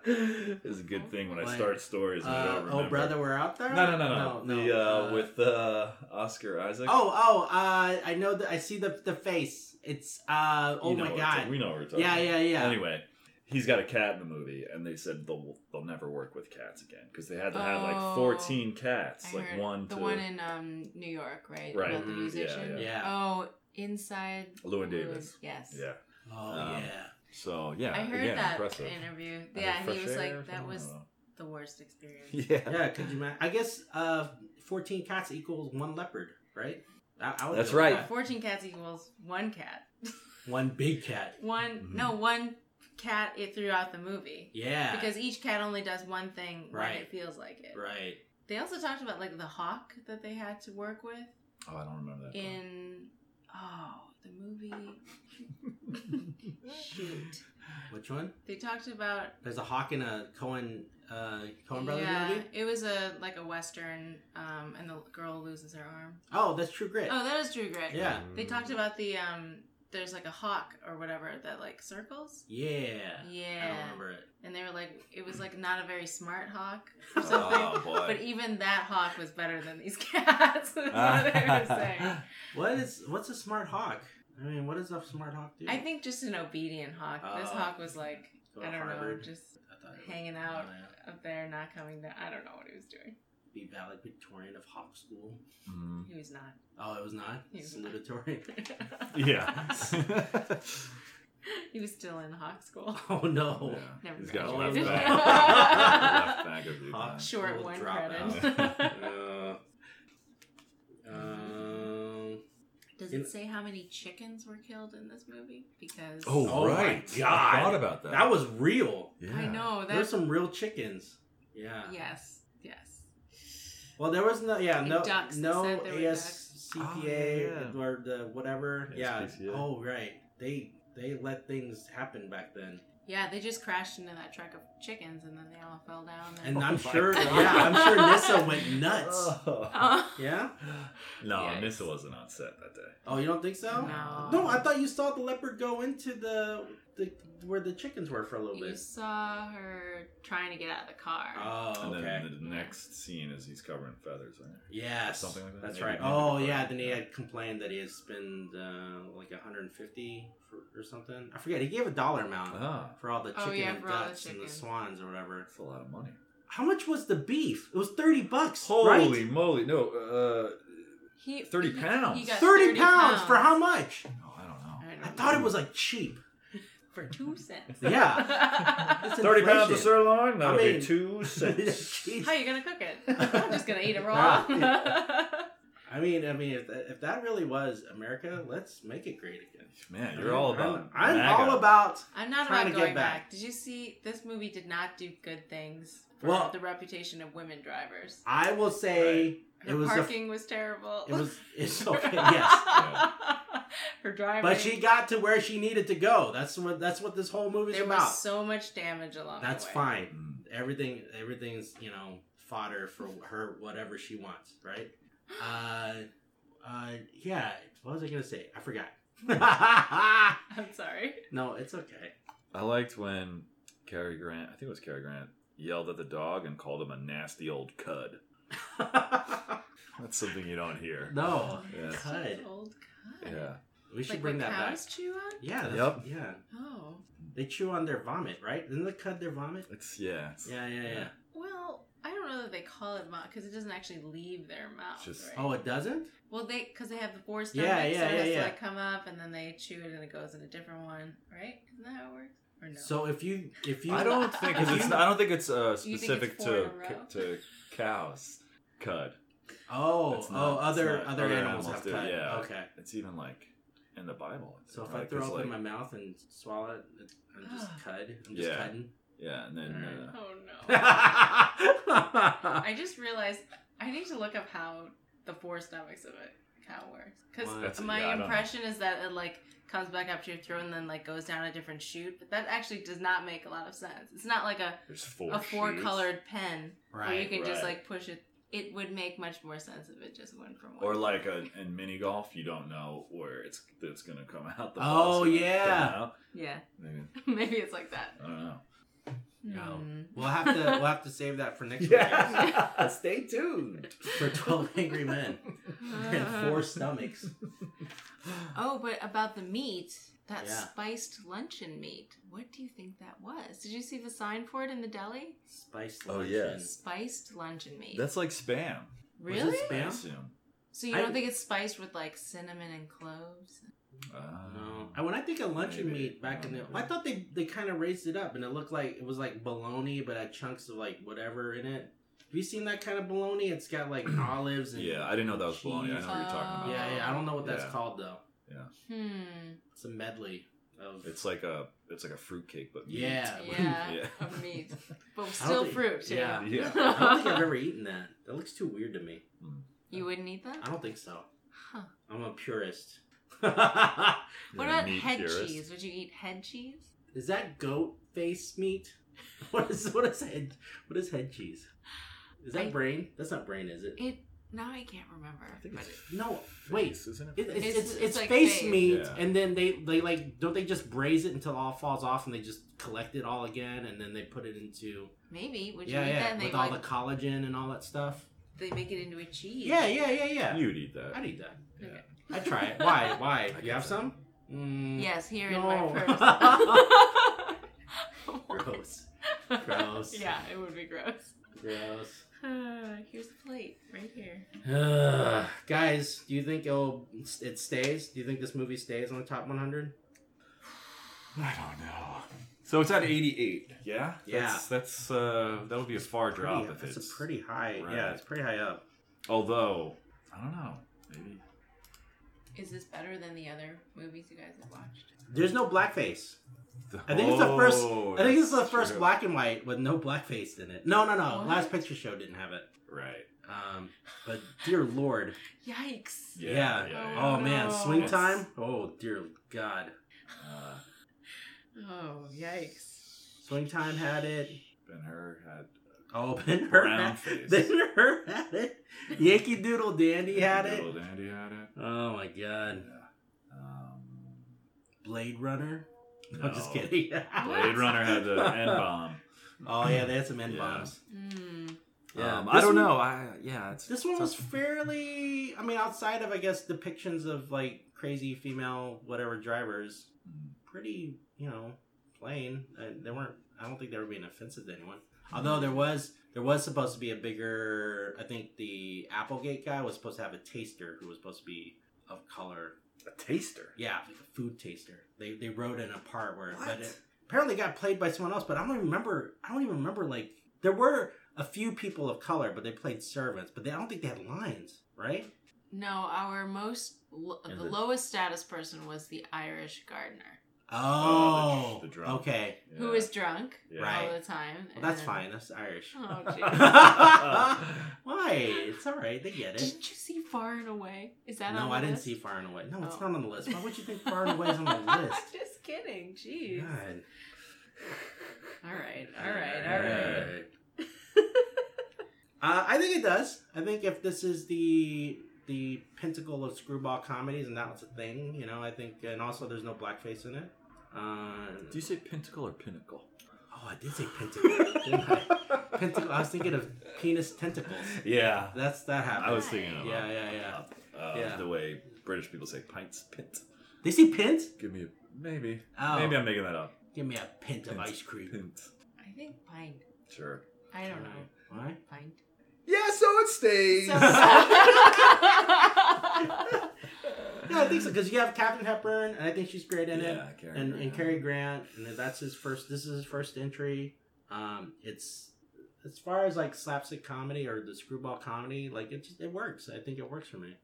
S2: this is a good thing when I
S1: Like,
S2: start stories. And I don't
S1: Uh,
S2: remember.
S1: oh, brother, we're out there.
S2: No, no, no, no. the uh,
S1: uh,
S2: with uh, Oscar Isaac.
S1: Oh, oh. Uh, I know. that I see the the face. It's. uh Oh
S2: You know
S1: my
S2: what we're
S1: god.
S2: ta- we know what we're talking.
S1: yeah,
S2: about.
S1: yeah, yeah.
S2: Anyway, he's got a cat in the movie, and they said they'll they'll never work with cats again because they had to have
S3: Oh.
S2: like fourteen cats,
S3: I
S2: like
S3: heard
S2: one
S3: the
S2: to
S3: one in um, New York, right?
S2: Right.
S3: About
S2: mm-hmm,
S3: the
S1: Mhm. Yeah,
S3: musician.
S2: yeah.
S1: Yeah.
S3: Oh, inside
S2: Llewyn
S3: Lewis.
S2: Davis.
S3: Yes.
S2: yeah.
S1: Oh
S2: Um,
S1: yeah.
S2: So yeah,
S3: I heard
S2: again,
S3: that
S2: impressive.
S3: interview.
S2: I
S3: yeah,
S2: think
S3: and he
S2: fresh
S3: was
S2: air
S3: like,
S2: or
S3: that
S2: something, I
S3: was
S2: don't know.
S3: the worst experience.
S2: Yeah.
S1: Yeah, could you imagine? I guess uh, 14 cats equals one leopard, right? I, I would
S2: That's
S1: go with
S2: right.
S1: that.
S3: 14 cats equals one cat.
S1: One big cat.
S3: One,
S2: Mhm.
S3: no, one cat it throughout the movie.
S1: Yeah.
S3: Because each cat only does one thing when
S1: Right.
S3: it feels like it.
S1: right.
S3: They also talked about like the hawk that they had to work with
S2: Oh, I don't remember that.
S3: in oh the movie
S2: part.
S3: shoot.
S1: Which one?
S3: They talked about
S1: There's a hawk in a Cohen uh, Cohen Brothers movie.
S3: it was a like a western, um, and the girl loses her arm.
S1: Oh, that's True Grit.
S3: Oh, that is Drew Gray.
S1: Yeah.
S2: Mm.
S3: They talked about the um, there's like a hawk or whatever that like circles.
S1: yeah. I
S3: Yeah,
S1: don't remember it.
S3: and they were like, it was like not a very smart hawk or something.
S2: Oh boy.
S3: But even that hawk was better than these cats. is what they were saying.
S1: What is what's a smart hawk? I mean, what does a smart hawk do?
S3: I think just an obedient hawk. this
S1: Oh.
S3: hawk was like,
S1: Go
S3: I
S1: to
S3: don't
S1: Harvard.
S3: know,
S1: I
S3: just
S1: thought it was-
S3: hanging
S1: I
S3: out
S1: don't know.
S3: up there, not coming down. I don't know what he was doing.
S1: Be valedictorian of hawk school.
S2: Mm,
S3: He was not.
S1: Oh, it was not
S3: He was not.
S1: salutatorian.
S2: Mm. yeah.
S3: he was still in hawk school.
S1: Oh no.
S2: Yeah.
S3: Never
S2: He's got left
S1: graduated.
S2: back. left back of the
S1: Hawk
S3: Short
S1: school
S3: one
S1: dropout.
S3: credit.
S1: Uh, um,
S3: Does it say how many chickens were killed in this movie? Because
S2: Oh,
S1: Oh, my
S2: right. I
S1: God.
S2: thought about that.
S1: that was real.
S2: Yeah.
S3: I know that.
S1: There's some real chickens. Yeah.
S3: Yes, yes.
S1: Well, there was no yeah
S3: And
S1: no
S3: ducks, they
S1: no
S3: said there were
S2: Oh, yeah,
S1: ASCPA or the whatever. Yeah.
S2: SPCA.
S1: Oh right. They they let things happen back then,
S3: Yeah, they just crashed into that truck of chickens, and then they all fell down.
S1: and
S2: Oh
S1: I'm
S2: my
S1: sure
S2: God.
S1: yeah I'm sure Nissa went nuts.
S2: Oh.
S3: Oh.
S1: Yeah.
S2: No,
S3: Yikes.
S2: Nissa wasn't on set that day.
S1: Oh, you don't think so?
S3: No.
S1: No, I thought you saw the leopard go into the the where the chickens were for a little
S3: You
S1: bit.
S3: saw her trying to get out of the car.
S1: Oh,
S2: And
S1: okay.
S2: then the next scene is he's covering feathers, right?
S1: Yes,
S2: Something like that.
S1: That's
S2: Maybe
S1: right.
S2: he did
S1: Oh
S2: it
S1: yeah,
S2: right.
S1: then he had complained that he had spent uh, like 150 for, or something. I forget. He gave a dollar amount
S2: Ah,
S1: for all the
S3: Oh,
S1: chicken
S3: yeah,
S1: and
S3: for all the
S1: guts and the
S3: chicken.
S1: swans or whatever.
S2: that's a lot of money.
S1: How much was the beef? It was 30 bucks.
S2: Holy
S1: right?
S2: moly! No, uh,
S3: He
S2: 30
S3: he-
S2: pounds.
S3: He got
S1: 30, pounds, for how much?
S2: no, I don't know.
S3: I, don't
S1: I
S3: know.
S1: thought it was like cheap.
S3: for two cents.
S1: Yeah.
S3: how
S1: It's
S2: Thirty pounds of
S1: inflation.
S2: sirloin. That'll
S1: mean-
S2: be two cents.
S1: Jeez.
S3: are you gonna cook it? I'm just gonna eat it raw.
S1: I mean, I mean, if that, if that really was America, let's make it great again.
S2: Man, you're all about.
S1: I'm, I'm
S2: MAGA.
S1: all about.
S3: I'm not
S1: Trying
S3: about
S1: to get
S3: going back.
S1: back.
S3: Did you see this movie did not do good things for
S1: Well-
S3: the reputation of women drivers?
S1: I will say
S3: Her
S1: it was. A,
S3: parking was terrible.
S1: it was. It's okay. yes.
S3: Her driving.
S1: But she got to where she needed to go. That's what. That's what this whole movie's
S3: there
S1: about.
S3: was so much damage along
S1: that's
S3: the way.
S1: fine.
S2: Mm.
S1: Everything. Everything's you know fodder for her whatever she wants. Right. Uh. Uh. Yeah. What was I gonna say? I forgot.
S3: I'm sorry.
S1: no, it's okay.
S2: I liked when Cary Grant. I think it was Cary Grant yelled at the dog and called him a nasty old cud. That's something you don't hear.
S1: no.
S2: Yeah.
S1: Cud.
S3: Old cud.
S2: Yeah.
S1: We should
S3: Like
S1: bring
S3: what
S1: that back.
S3: cows chew on?
S1: Yeah. That's,
S2: Yep.
S1: Yeah.
S3: Oh.
S1: They chew on their vomit, right? Isn't the cud their vomit?
S2: It's yeah. It's,
S1: Yeah, yeah, yeah.
S3: Well, I don't know that they call it mouth because it doesn't actually leave their mouth.
S2: Just-
S3: right?
S1: Oh, it doesn't?
S3: Well, they because they have the four
S1: Yeah,
S3: stomachs, so
S1: yeah,
S3: it
S1: yeah,
S3: has
S1: yeah.
S3: to like come up, and then they chew it, and it goes in a different one, right? Isn't that how it works? Or no?
S1: So if you if you
S2: I don't think 'cause it's. I don't think it's uh,
S3: think it's
S2: specific
S3: four in a
S2: to
S3: row?
S2: to cows. Cud.
S1: Oh,
S2: It's
S1: oh,
S2: not-
S1: other
S2: it's not-
S1: other
S2: other
S1: animals,
S2: animals
S1: have
S2: do,
S1: cut.
S2: yeah.
S1: Okay.
S2: It's even like in the Bible. I think,
S1: So if I
S2: right?
S1: throw
S2: 'Cause,
S1: up
S2: like,
S1: in my mouth and swallow it, it- I'm just cud. I'm just
S2: Yeah.
S1: cudding.
S2: yeah, and then uh,
S3: oh no!
S1: I
S3: I just realized I need to look up how the four stomachcs of a cow works
S1: Wow.
S3: because
S2: That's-
S3: my
S2: yeah, I don't know.
S3: impression is that it like comes back up to your throat and then like goes down a different chute, but that actually does not make a lot of sense. It's not like a
S2: there's four.
S3: a four
S2: sheets.
S3: colored pen where you
S1: right.
S3: can just
S2: right.
S3: like push it. It would make much more sense if it just went from one.
S2: Or like a, in mini golf, you don't know where it's that's gonna come out. The
S1: Oh,
S2: ball's gonna
S1: yeah.
S2: come out.
S3: yeah,
S2: Maybe
S3: maybe it's like that.
S2: I don't know. Oh.
S1: No.
S3: Hmm.
S1: We'll have to we'll have to save that for next week
S2: stay tuned.
S1: for twelve angry men and four stomachs.
S3: Oh, but about the meat, that
S1: Yeah.
S3: spiced luncheon meat. What do you think that was? Did you see the sign for it in the deli?
S1: Spiced
S2: Oh,
S1: luncheon.
S2: yes.
S3: Spiced luncheon meat.
S2: That's like spam.
S1: Was it
S3: really?
S2: I
S1: Spam?
S2: assume.
S3: So you
S1: I-
S3: don't think it's spiced with like cinnamon and cloves?
S2: Ah.
S1: No, I, when I think of luncheon
S2: Maybe.
S1: meat back in the,
S2: Maybe.
S1: I thought they they kind of raised it up and it looked like it was like bologna, but had chunks of like whatever in it. Have you seen that kind of bologna? It's got like olives and
S2: Yeah, I didn't know that was bologna. I know
S1: cheese.
S2: what you're talking about.
S1: yeah, yeah. I don't know what that's
S2: Yeah.
S1: called though.
S3: Hmm.
S1: It's a medley of
S2: It's like a it's like a fruitcake, but meat.
S1: yeah.
S3: Yeah.
S2: Yeah.
S3: Of meat. But still
S1: think-
S3: fruit, too.
S1: yeah.
S2: Yeah.
S1: I don't think I've ever eaten that. That looks too weird to me.
S3: you wouldn't eat that?
S1: I don't think so.
S3: Huh.
S1: I'm a purist.
S2: You're
S3: What
S2: a
S3: about
S2: meat
S3: head
S2: purist.
S3: cheese? Would you eat head cheese?
S1: is that goat face meat? What is what is head what is head cheese? Is that
S3: I-
S1: brain? That's not brain, is it?
S3: It. Now I can't remember.
S2: I think
S3: but
S2: it's
S1: No, wait.
S2: face, isn't
S1: It, it's, it's,
S3: It's-
S1: it's,
S3: it's like
S1: face
S3: face.
S1: meat,
S2: Yeah.
S1: and then they, they like don't they just braise it until it all falls off, and they just collect it all again, and then they put it into
S3: maybe. Would you
S1: yeah
S3: eat that?
S1: yeah
S3: And
S1: with
S3: they,
S1: all
S3: like,
S1: the collagen and all that stuff.
S3: they make it into a cheese.
S1: Yeah yeah yeah yeah.
S2: You'd eat that.
S1: I'd eat that.
S2: Yeah.
S1: I'd try it. Why why?
S2: I
S1: You have
S2: guess
S1: some? Mm,
S3: Yes, here
S1: No.
S3: in my purse.
S1: Gross. Gross.
S3: yeah, it would be gross.
S1: Gross.
S3: here's the plate right here.
S1: Ugh. Guys, do you think it'll it stays? Do you think this movie stays on the top 100?
S2: I don't know. So it's at 88. Yeah.
S1: Yeah.
S2: That's, that's uh, that would be a far drop
S1: Pretty-
S2: if
S1: that's
S2: it's.
S1: a pretty high. Yeah,
S2: Right.
S1: it's pretty high up.
S2: Although I don't know. Maybe.
S3: Is this better than the other movies you guys have watched?
S1: There's no blackface. I think it's the first-
S2: Oh,
S1: I think this is the
S2: that's
S1: first
S2: true.
S1: black and white with no blackface in it. No, no, no.
S3: What?
S1: Last Picture Show didn't have it.
S2: Right.
S1: Um, but dear lord,
S3: Yikes!
S2: Yeah.
S1: Yeah.
S2: yeah, yeah.
S1: oh man,
S3: no.
S1: swing
S2: It's-
S1: time. Oh dear god,
S2: Uh,
S3: Oh, yikes!
S1: swing time had it.
S2: ben Hur had
S1: Oh, Ben Hur,
S2: brown
S1: had-
S2: face.
S1: Ben Hur had it. Yankee Doodle Dandy had it.
S2: Little Dandy had it.
S1: Oh my god,
S2: Yeah. Um,
S1: Blade Runner. No, I'm just
S2: No.
S1: kidding.
S2: Blade Runner had the end bomb.
S1: Oh yeah, they had some end
S2: Yeah.
S1: bombs.
S3: Mm.
S2: Yeah,
S1: Yeah,
S2: um, I
S1: this
S2: don't
S1: one-
S2: know. I yeah, it's,
S1: This one
S2: it's
S1: was
S2: up-
S1: fairly. I mean, outside of I guess depictions of like crazy female whatever drivers,
S2: Hmm.
S1: pretty you know plain. Uh, they weren't. I don't think they were being offensive to anyone. Although there was there was supposed to be a bigger. I think the Applegate guy was supposed to have a taster who was supposed to be of color.
S4: A taster.
S1: Yeah, like a food taster. They they wrote in a part where,
S4: What?
S1: but it apparently got played by someone else. But I don't remember. I don't even remember. Like there were a few people of color, but they played servants. But they I don't think they had lines, right?
S3: No, our most lo-
S4: And
S3: the
S4: the-
S3: lowest status person was the Irish gardener
S1: Oh,
S2: the dr- the drum.
S1: okay.
S2: yeah.
S3: who is drunk
S2: Yeah.
S1: Right.
S3: all the time.
S1: Well, that's
S3: and-
S1: fine. That's Irish.
S3: Oh, jeez. Oh.
S1: Why? It's all right. They get it.
S3: Didn't you see Far and Away? Is that on
S1: No,
S3: the
S1: I didn't
S3: list?
S1: see Far and Away. No, it's
S3: Oh.
S1: not on the list. Why would you think Far and Away is on the list?
S3: Just kidding. Jeez.
S1: God.
S3: All right. All right. All right.
S2: right.
S1: Uh, I think it does. I think if this is the the pinnacle of screwball comedies, and that was a thing, you know, I think, and also there's no blackface in it. Uh,
S2: Do you say pentacle or pinnacle?
S1: oh, I did say pentacle. didn't I? Pentacle. I was thinking of penis tentacles.
S2: Yeah,
S1: That's that
S2: I
S1: happened.
S2: was thinking about
S1: Yeah, yeah, yeah.
S2: Uh,
S1: Yeah.
S2: the way British people say pints, pint.
S1: They see pint.
S2: Give me a maybe.
S1: Oh,
S2: Maybe I'm making that up.
S1: give me a pint of
S2: Pint.
S1: ice cream.
S2: Pint.
S3: I think pint.
S2: Sure.
S3: I don't know.
S1: All right.
S3: Pint.
S4: Yeah, so it stays.
S3: So-
S1: Yeah, I think so because you have Captain Hepburn, and I think she's great in it.
S2: yeah, Cary
S1: and and
S2: Grant.
S1: Cary Grant, and that's his first. This is his first entry. Um, it's as far as like slapstick comedy or the screwball comedy, like it just it works. I think it works for me.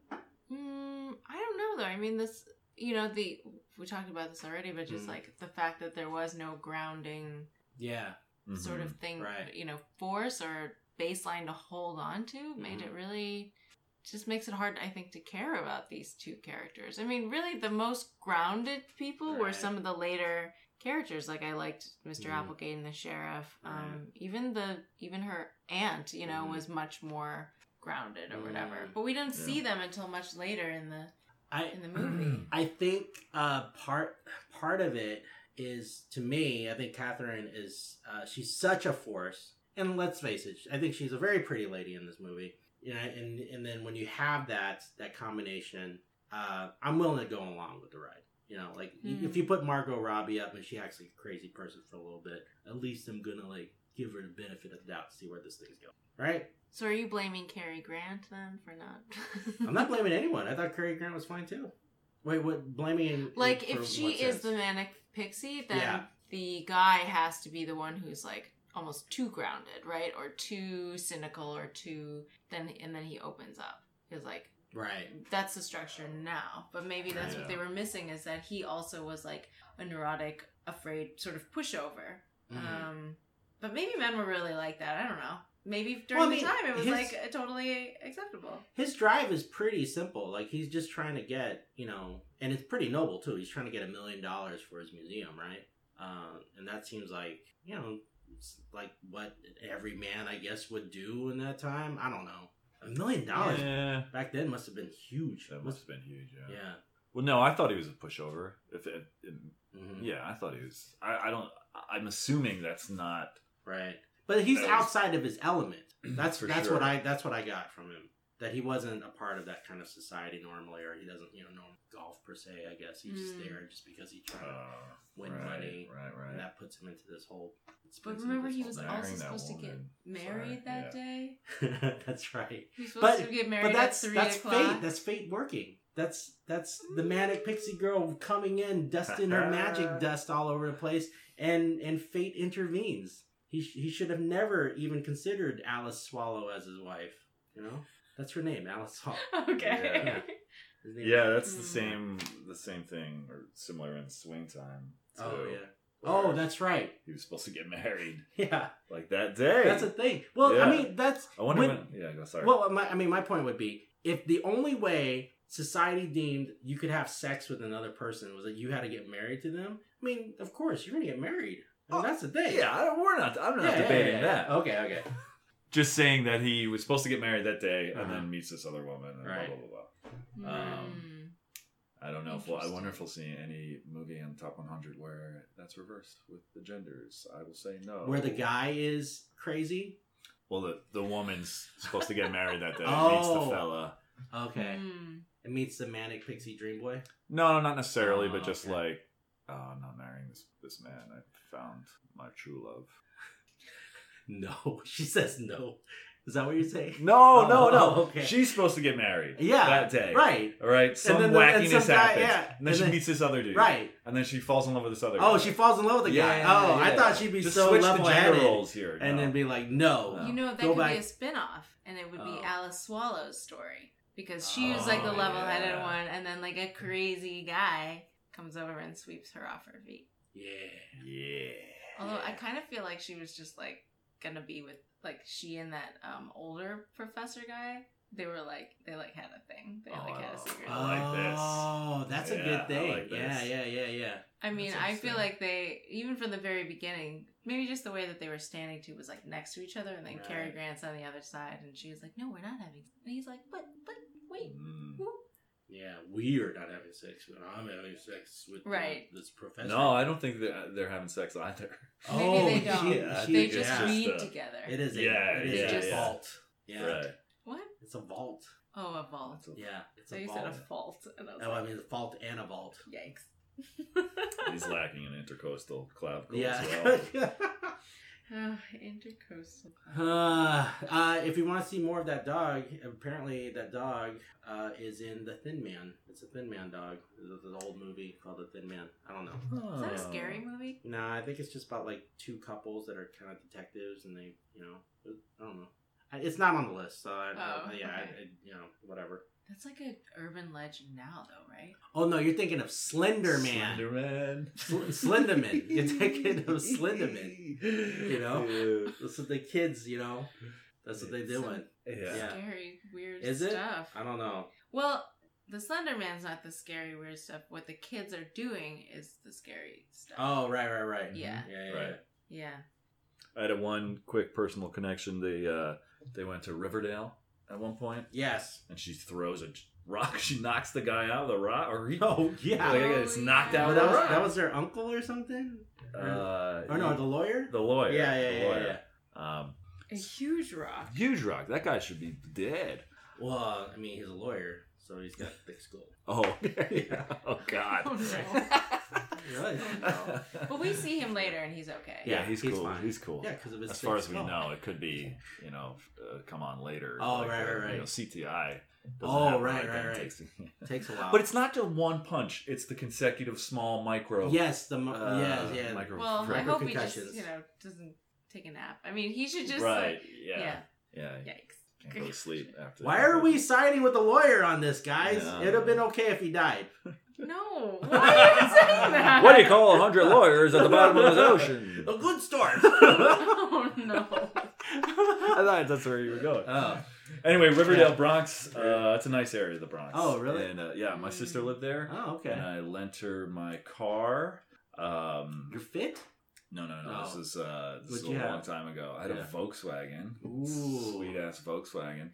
S3: Mm, I don't know though. I mean, this, you know, the we talked about this already, but just
S1: Mm.
S3: like the fact that there was no grounding
S1: Yeah,
S2: Mhm.
S3: sort of thing,
S1: Mm-hmm. Right.
S3: you know, force or baseline to hold on to made
S1: Mhm.
S3: it really just makes it hard, I think, to care about these two characters. I mean, really, the most grounded people were
S1: Right.
S3: some of the later characters. Like I liked mister
S1: Mhm.
S3: Applegate and the sheriff. Um,
S1: Right.
S3: even the even her aunt, you know,
S1: Mhm.
S3: was much more grounded or whatever.
S1: Mm.
S3: But we didn't
S2: Yeah.
S3: see them until much later in the
S1: I
S3: in the movie.
S1: I think uh, part part of it is to me. I think Catherine is uh, she's such a force, and let's face it, I think she's a very pretty lady in this movie. You know, and and then when you have that that combination, uh, I'm willing to go along with the ride. You know, like y
S3: Hmm.
S1: if you put Margot Robbie up and she acts like a crazy person for a little bit, at least I'm gonna like give her the benefit of the doubt, see where this thing's going. Right?
S3: So are you blaming Cary Grant then for not?
S1: I'm not blaming anyone. I thought Cary Grant was fine too. Wait, what? Blaming?
S3: like
S1: for
S3: if she
S1: what
S3: is
S1: sense?
S3: the manic pixie, then
S1: Yeah.
S3: the guy has to be the one who's like almost too grounded, right, or too cynical, or too then and then he opens up. He's like,
S1: right.
S3: that's the structure now, but maybe that's
S2: Yeah.
S3: what they were missing is that he also was like a neurotic, afraid sort of pushover.
S1: Mm-hmm.
S3: Um, but maybe men were really like that. I don't know. Maybe during
S1: Well, I
S3: the
S1: mean,
S3: time it was
S1: his-
S3: like totally acceptable.
S1: his drive is pretty simple. Like he's just trying to get, you know, and it's pretty noble too. He's trying to get a million dollars for his museum, right? Um, and that seems like, you know, it's like what every man I guess would do in that time. I don't know. A million dollars
S2: Yeah,
S1: back then must have been huge.
S2: that must have been huge. Yeah.
S1: yeah.
S2: Well, no, I thought he was a pushover. If it, it-
S1: Mhm.
S2: yeah, I thought he was. I, I don't. I'm assuming that's not.
S1: Right. But he's
S2: That was-
S1: outside of his element. That's
S2: For
S1: that's
S2: sure.
S1: what I that's what I got from him. That he wasn't a part of that kind of society normally, or he doesn't, you know, know golf per se. I guess he's just
S3: Mm.
S1: there just because he
S2: Uh,
S1: tried. Win
S2: right,
S1: money.
S2: Right. Right.
S1: And that puts him into this whole. it's
S3: But
S1: puts him
S3: remember,
S1: into
S3: he
S1: this
S3: was
S1: whole
S2: Marrying
S3: also
S2: that
S3: supposed to get
S2: woman.
S3: married
S2: Sorry,
S3: that
S2: yeah.
S3: day.
S1: thing. that's right.
S3: He's supposed
S1: But-
S3: to get married
S1: But that's
S3: at three
S1: that's
S3: o'clock.
S1: fate. That's fate working. That's that's the manic pixie girl coming in, dusting her magic dust all over the place, and and fate intervenes. He sh- he should have never even considered Alice Swallow as his wife. You know, that's her name, Alice Swallow.
S3: okay.
S2: Yeah.
S1: His name-
S2: Yeah, that's the
S3: Mm.
S1: Mm-hmm.
S2: same. The same thing or similar in Swing Time.
S1: Oh
S2: too,
S1: yeah. Oh,
S2: where
S1: that's right.
S2: he was supposed to get married
S1: Yeah,
S2: like that day.
S1: that's a thing. Well,
S2: Yeah.
S1: I mean, that's
S2: I wonder
S1: when-
S2: when. Yeah, go. Sorry.
S1: Well, my, I mean, my point would be if the only way society deemed you could have sex with another person was that you had to get married to them. I mean, of course, you're gonna get married. I mean,
S2: Oh,
S1: that's the thing.
S2: yeah, I don't, we're not. I'm not
S1: Yeah, yeah,
S2: debating
S1: yeah,
S2: that.
S1: yeah. Okay, okay.
S2: Just saying that he was supposed to get married that day and
S1: Uh-huh.
S3: Hmm.
S2: then meets this other woman. And
S1: Right.
S2: Blah blah blah.
S3: Mm.
S2: Um, I don't know. If we'll, I wonder if
S3: Interesting.
S2: we'll see any movie on Top 100 where that's reversed with the genders. I will say no.
S1: Where the guy is crazy.
S2: Well, the, the woman's supposed to get married that day. Meets
S1: Oh.
S2: the fella.
S1: Okay.
S3: Hmm.
S1: It meets the manic pixie dream boy.
S2: No, no, not necessarily,
S1: Oh,
S2: but just
S1: okay.
S2: like, oh, I'm not marrying this this man. I found my true love.
S1: No, she says no. Is that what you're saying?
S2: No, no,
S1: Oh,
S2: no.
S1: okay.
S2: She's supposed to get married.
S1: Yeah,
S2: that day.
S1: Right.
S2: All right. Some
S1: then the- and
S2: wackiness
S1: some guy-
S2: happens,
S1: yeah.
S2: and then
S1: And
S2: she
S1: then-
S2: meets this other dude.
S1: Right.
S2: And then she falls in love with this other.
S1: Oh,
S2: guy.
S1: she falls in love with the guy.
S2: Yeah,
S1: oh, I
S2: yeah.
S1: thought she'd be
S2: Just
S1: so
S2: switch the
S1: level
S2: gender
S1: headed.
S2: roles here.
S1: And
S2: no.
S1: then be like, no.
S2: No.
S3: You know, that
S1: Go
S3: could
S1: back-
S3: be a spin off, and it would be
S2: Oh.
S3: Alice Swallow's story. Because she was like the
S2: Oh,
S3: level headed
S2: yeah.
S3: one, and then like a crazy guy comes over and sweeps her off her feet.
S1: Yeah.
S2: yeah.
S3: Although
S1: Eh.
S3: I kind of feel like she was just like gonna be with like she and that um older professor guy. They were like they like had a thing. They like had a secret.
S2: I like this.
S1: Oh, that's a
S2: Yeah, I
S1: good thing.
S2: like this.
S1: yeah, yeah, yeah, yeah.
S3: I mean,
S2: That's
S3: I feel
S2: interesting.
S3: like they even from the very beginning, maybe just the way that they were standing to was like next to each other, and then
S1: Right.
S3: Cary Grant's on the other side, and she was like, "No, we're not having." sex." And he's like, "But, but wait."
S2: Mm.
S3: who?"
S1: Yeah, we are not having sex, but I'm having sex with the-
S3: Right.
S1: this professor.
S2: No, I don't think that they're having sex either.
S3: Maybe they
S1: she-
S3: don't.
S2: Yeah, I
S1: she-
S3: They
S2: think
S3: just
S2: it's
S1: yeah.
S2: just
S3: read
S2: a-
S3: together.
S1: It is a,
S2: Yeah,
S1: it is
S3: yeah,
S1: a
S3: yeah.
S1: vault. Yeah.
S2: Right.
S3: What?
S1: It's a vault.
S3: Oh, a vault.
S2: That's a-
S1: Yeah. It's
S3: So
S1: a
S3: you
S1: vault.
S3: said a fault, and I was
S1: Oh, I
S3: like,
S1: mean, a vault and a vault.
S3: "Yikes!"
S2: He's lacking an intercoastal clavicle as
S1: Yeah.
S2: well.
S3: oh, intercoastal.
S1: uh, uh, if you want to see more of that dog, apparently that dog uh, is in The Thin Man. It's a Thin Man dog. The, the old movie called The Thin Man. I don't know.
S3: Is that a scary movie?
S1: Nah, I think it's just about like two couples that are kind of detectives, and they, you know, uh, I don't know. I- It's not on the list, so I,
S3: Oh,
S1: I- yeah, I,
S3: okay.
S1: I, you know, whatever.
S3: That's like an urban legend now, though, right?
S1: Oh no, you're thinking of Slender Man.
S2: Oh. Slenderman.
S1: Sl- Slenderman. You're thinking of Slenderman.
S2: You
S1: know? That's what the kids, you know. That's what
S2: uh,
S1: they're doing.
S2: Yeah.
S1: Yeah.
S3: Scary, weird
S1: Is it?
S3: stuff.
S1: I don't know.
S3: Well, the Slender Man's not the scary, weird stuff. What the kids are doing is the scary stuff.
S1: Oh right, right, right.
S3: Yeah.
S1: Yeah, yeah,
S2: Right.
S3: Yeah.
S2: I had a one quick personal connection. They uh, they went to Riverdale at one point,
S1: Yes.
S2: and she throws a rock. She knocks the guy out of the rock, or he
S1: Oh yeah.
S2: like, gets knocked
S1: Oh,
S2: out. of
S1: that
S2: the
S1: was
S2: rock.
S1: that was their uncle or something.
S2: Uh,
S1: Or no, the lawyer.
S2: the lawyer.
S1: yeah, yeah,
S2: the
S1: yeah,
S2: lawyer.
S1: yeah.
S2: Um,
S3: A huge rock.
S2: huge rock. That guy should be dead.
S1: Well, uh, I mean, he's a lawyer, so he's got thick skull.
S2: Oh, oh God.
S3: Oh,
S1: Really?
S3: But we see him later and he's okay.
S2: Yeah,
S1: Yeah,
S2: he's,
S1: he's
S2: cool.
S1: fine.
S2: He's cool.
S1: Yeah, because of his.
S2: As far
S1: thick
S2: as we
S1: skull.
S2: know, it could be you know uh, come on later.
S1: Oh,
S2: like,
S1: right,
S2: uh,
S1: right, right.
S2: You know, CTI. doesn't
S1: Oh,
S2: happen
S1: right,
S2: like
S1: right,
S2: that. It
S1: right.
S2: takes-
S1: takes a while.
S2: But it's not just one punch. It's the consecutive small micro.
S1: yes, the
S2: uh,
S1: yeah, yeah.
S2: Micro
S3: Well, I
S2: frag-
S3: hope he just,
S1: Concussions.
S3: you know, doesn't take a nap. I mean, he should just,
S2: right.
S3: like,
S2: yeah. Yeah.
S3: Yikes.
S2: Can't go to sleep after.
S1: Why
S2: that.
S1: are we siding with the lawyer on this, guys?
S2: Yeah.
S1: It'd have been okay if he died.
S3: No. Why are you saying that?
S2: What do you call a hundred lawyers at the bottom of the ocean?
S1: A good story.
S3: Oh, no.
S2: I thought that's where you were going.
S1: Oh.
S2: Anyway, Riverdale,
S1: Yeah.
S2: Bronx. Uh, it's a nice area of the Bronx.
S1: Oh, really?
S2: And uh, yeah, my sister lived there,
S1: oh, okay.
S2: and I lent her my car. Um,
S1: You're fit.
S2: no, no, no. This
S1: Oh.
S2: is uh, this
S1: What'd
S2: is a
S1: you
S2: long
S1: have?
S2: time ago. I had
S1: Yeah.
S2: a Volkswagen,
S1: Ooh. Mm. Hmm.
S2: sweet ass Volkswagen.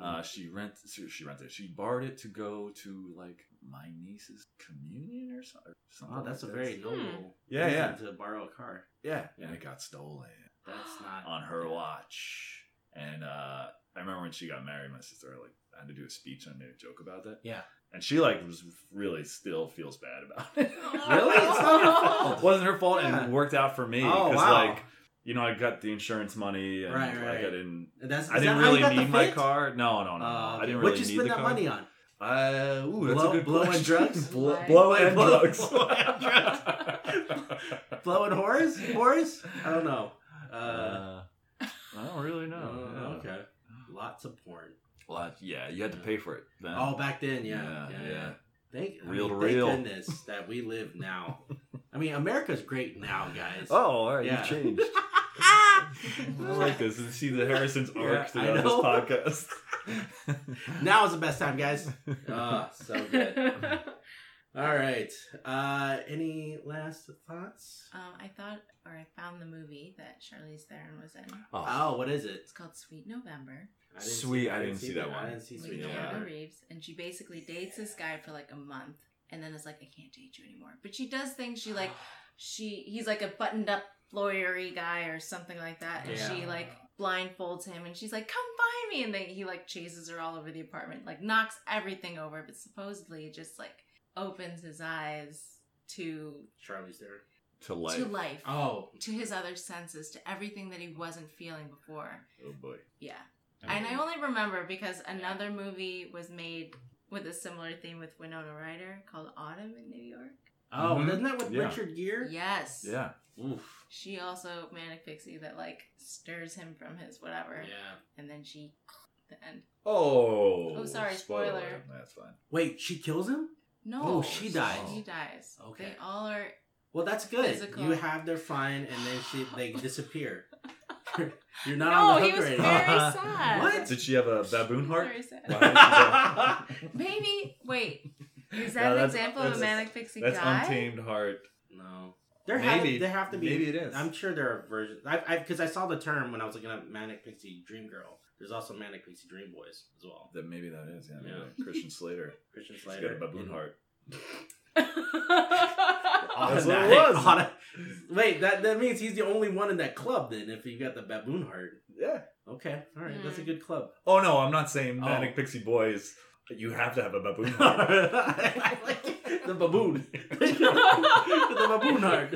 S2: Uh, she rent she- she rented. She borrowed it to go to like my niece's communion or so- or something.
S1: oh, that's a
S2: like
S1: very
S2: that.
S1: noble.
S2: Yeah, yeah.
S1: reason To borrow a car.
S2: yeah. And it got stolen.
S1: That's not.
S2: on her watch. And uh, I remember when she got married, my sister like I had to do a speech and I made a joke about that.
S1: Yeah.
S2: And she like was really still feels bad about it.
S1: Really? It's not your fault.
S2: It wasn't her fault
S1: Yeah.
S2: and worked out for me
S1: Oh,
S2: because
S1: wow.
S2: like you know I got the insurance money and
S1: Right, right,
S2: like
S1: right.
S2: I didn't
S1: And that's.
S2: I
S1: is
S2: didn't
S1: that how you
S2: really
S1: got the
S2: need my
S1: fit?
S2: car. No, no, no. no.
S1: Oh,
S2: I didn't
S1: okay.
S2: really
S1: What'd you
S2: need
S1: spend
S2: the
S1: that
S2: car.
S1: money on?
S2: Uh, ooh, that's
S1: Blow-
S2: a good
S1: blow and
S2: question.
S1: drugs?
S2: blow,
S3: Like-
S2: blow and
S1: Blow-
S2: drugs.
S1: blow and Blowing horse? Horse? I don't know. Uh,
S2: Uh, I don't really know.
S1: oh,
S2: yeah.
S1: Okay. Lots of porn.
S2: Uh, Well, yeah, you had to pay for it then.
S1: Oh, back then, yeah,
S2: Yeah,
S1: yeah.
S2: yeah.
S1: yeah, Thank, I
S2: Real
S1: mean,
S2: to
S1: thank
S2: real.
S1: goodness that we live now. I mean, America's great now, guys.
S2: Oh, all right,
S1: Yeah.
S2: you've changed. I like this. You see the Harrison's arc
S1: Yeah, I
S2: throughout
S1: know.
S2: this podcast.
S1: now is the best time, guys.
S3: uh,
S1: Ah, so good. All right. Uh, any last thoughts?
S3: Um, I thought, or I found the movie that Charlize Theron was in.
S2: oh,
S1: Oh, what is it?
S3: It's called Sweet November.
S1: I didn't
S2: Sweet, I didn't see that
S1: I
S2: one.
S1: didn't see
S3: with
S1: Sweet
S2: Yeah.
S3: Keanu
S1: November.
S3: Reeves, and she basically dates this guy for like a month, and then is like, I can't date you anymore. But she does things. She like she he's like a buttoned up lawyery guy or something like that, and
S1: Yeah.
S3: she like blindfolds him, and she's like, "Come find me!" And then he like chases her all over the apartment, like knocks everything over, but supposedly it just like opens his eyes to
S1: Charlie's there.
S2: to life.
S3: to life,
S1: Oh,
S3: to his other senses, to everything that he wasn't feeling before.
S2: Oh boy.
S3: Yeah.
S2: I
S3: And I
S2: mean,
S3: only remember because another movie was made with a similar theme with Winona Ryder called Autumn in New York.
S1: oh,
S2: Mhm.
S1: isn't that with
S2: Yeah.
S1: Richard Gere?
S3: Yes.
S2: yeah.
S1: Oof.
S3: She also manic pixie that like stirs him from his whatever,
S1: Yeah.
S3: and then she the end.
S2: Oh.
S3: Oh, sorry, spoiler.
S2: That's fine.
S1: Wait, she kills him?
S3: No,
S1: Oh, she dies.
S3: She dies.
S1: Okay.
S3: They all are.
S1: Well, that's good.
S3: Physical.
S1: You have their fine, and then she they disappear. You're not
S3: No,
S1: on the
S3: he
S1: hook
S3: was
S1: or
S3: very
S1: anything.
S3: sad.
S1: What?
S2: Did she have a baboon heart?
S3: Very sad.
S2: Why
S3: Maybe wait. Is that an
S2: No, that's-
S3: example of a
S2: that's-
S3: manic pixie
S2: That's
S3: guy?
S2: untamed heart.
S1: no. There
S2: Maybe.
S1: have there have to be.
S2: Maybe it is.
S1: I'm sure there are versions. I because I, saw the term when I was looking up manic pixie dream girl. There's also manic pixie dream boys as well.
S2: That maybe that is. Yeah. Maybe
S1: Yeah.
S2: that- Christian Slater.
S1: Christian
S2: She's
S1: Slater.
S2: got a baboon
S1: and-
S2: heart.
S1: Automatic-
S2: That's what it was.
S1: auto- Wait, that that means he's the only one in that club. Then, if you got the baboon heart,
S2: Yeah.
S1: okay, all right, that's a
S3: Mm.
S1: good club.
S2: Oh no, I'm not saying Manic
S1: Oh.
S2: Pixie Boys. You have to have a baboon heart.
S1: the baboon. the baboon heart.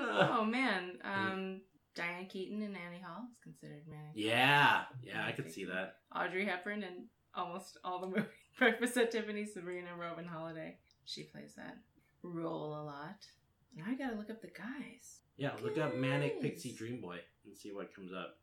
S1: Uh,
S3: oh man. Um, Diane Keaton and Annie Hall is considered manic.
S1: yeah, yeah, I could see that.
S3: Audrey Hepburn in almost all the movies. Breakfast at Tiffany's, Sabrina, Robin Holiday. She plays that role a lot. Now I gotta look up the guys.
S1: Yeah, look up Manic
S3: Guys.
S1: Pixie Dream Boy and see what comes up.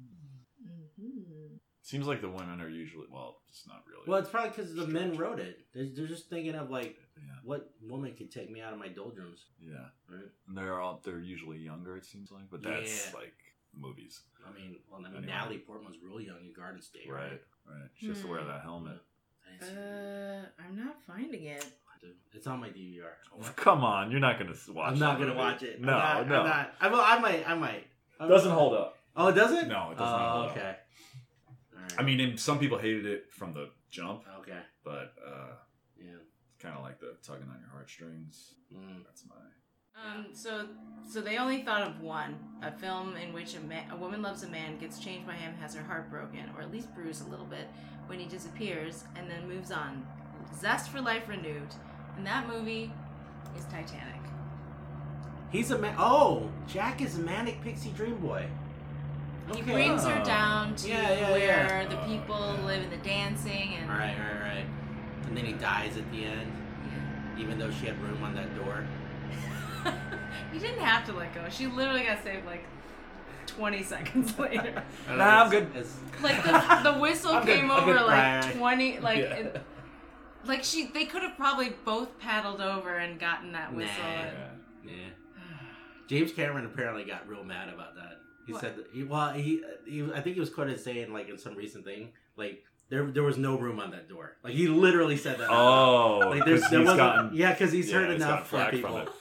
S3: Mm-hmm.
S2: Seems like the women are usually well, it's not really.
S1: Well, it's probably because the men wrote it. They're, they're just thinking of like,
S2: Yeah,
S1: what woman could take me out of my doldrums,
S2: yeah.
S1: right?
S2: And they're all they're usually younger. It seems like, but that's
S1: Yeah.
S2: like movies,
S1: I mean, well, I mean,
S2: Anyway.
S1: Natalie Portman's real young in Garden State, right?
S2: right? Right. She has to wear
S3: Hmm.
S2: that helmet.
S1: I didn't see it.
S3: Uh, I'm not finding it.
S1: It's on my DVR.
S2: Come on, you're not gonna s- watch.
S1: I'm not
S2: that
S1: gonna
S2: movie.
S1: watch it. I'm
S2: No,
S1: not-
S2: no.
S1: I'm not. I, well, I might. I might. I'm-
S2: Doesn't hold up.
S1: Oh, does it?
S2: No, it does
S1: oh,
S2: not hold up.
S1: okay. Alright.
S2: I mean, and some people hated it from the jump,
S1: okay.
S2: but uh,
S1: Yeah.
S2: it's kind of like the tugging on your heartstrings.
S1: Mm.
S2: That's my.
S3: Um, so, so they only thought of one: a film in which a man, a woman loves a man, gets changed by him, has her heart broken, or at least bruised a little bit when he disappears, and then moves on. Zest for life renewed, and that movie is Titanic.
S1: He's a man. Oh, Jack is a manic pixie dream boy.
S3: He
S1: Okay.
S3: brings
S2: Oh.
S3: her down to
S1: Yeah, yeah,
S3: where
S2: yeah.
S3: the
S2: Oh,
S3: people
S2: yeah.
S3: live in the dancing and.
S1: All right, all right, all right. And then he dies at the end, even though she had room on that door.
S3: you didn't have to let go. She literally got saved like 20 seconds later.
S1: I don't
S2: Nah,
S1: know,
S2: I'm
S1: it's- it's-
S3: like the, the whistle
S1: I'm good-
S3: came
S1: I'm
S3: over
S1: good,
S3: like
S1: bye.
S3: 20 like
S2: Yeah.
S3: it- like she they could have probably both paddled over and gotten that whistle.
S1: Nah. yeah. James Cameron apparently got real mad about that. He
S3: What?
S1: said, that he, well, he, he, I think he was quoted as saying, like, in some recent thing, like, there, there was no room on that door. Like, he literally said that.
S2: Oh,
S1: like, there's,
S2: 'cause
S1: there
S2: he's
S1: wasn't,
S2: gotten.
S1: yeah, because he's
S2: yeah,
S1: heard
S2: gotten
S1: enough from
S2: flack
S1: people.
S2: from it.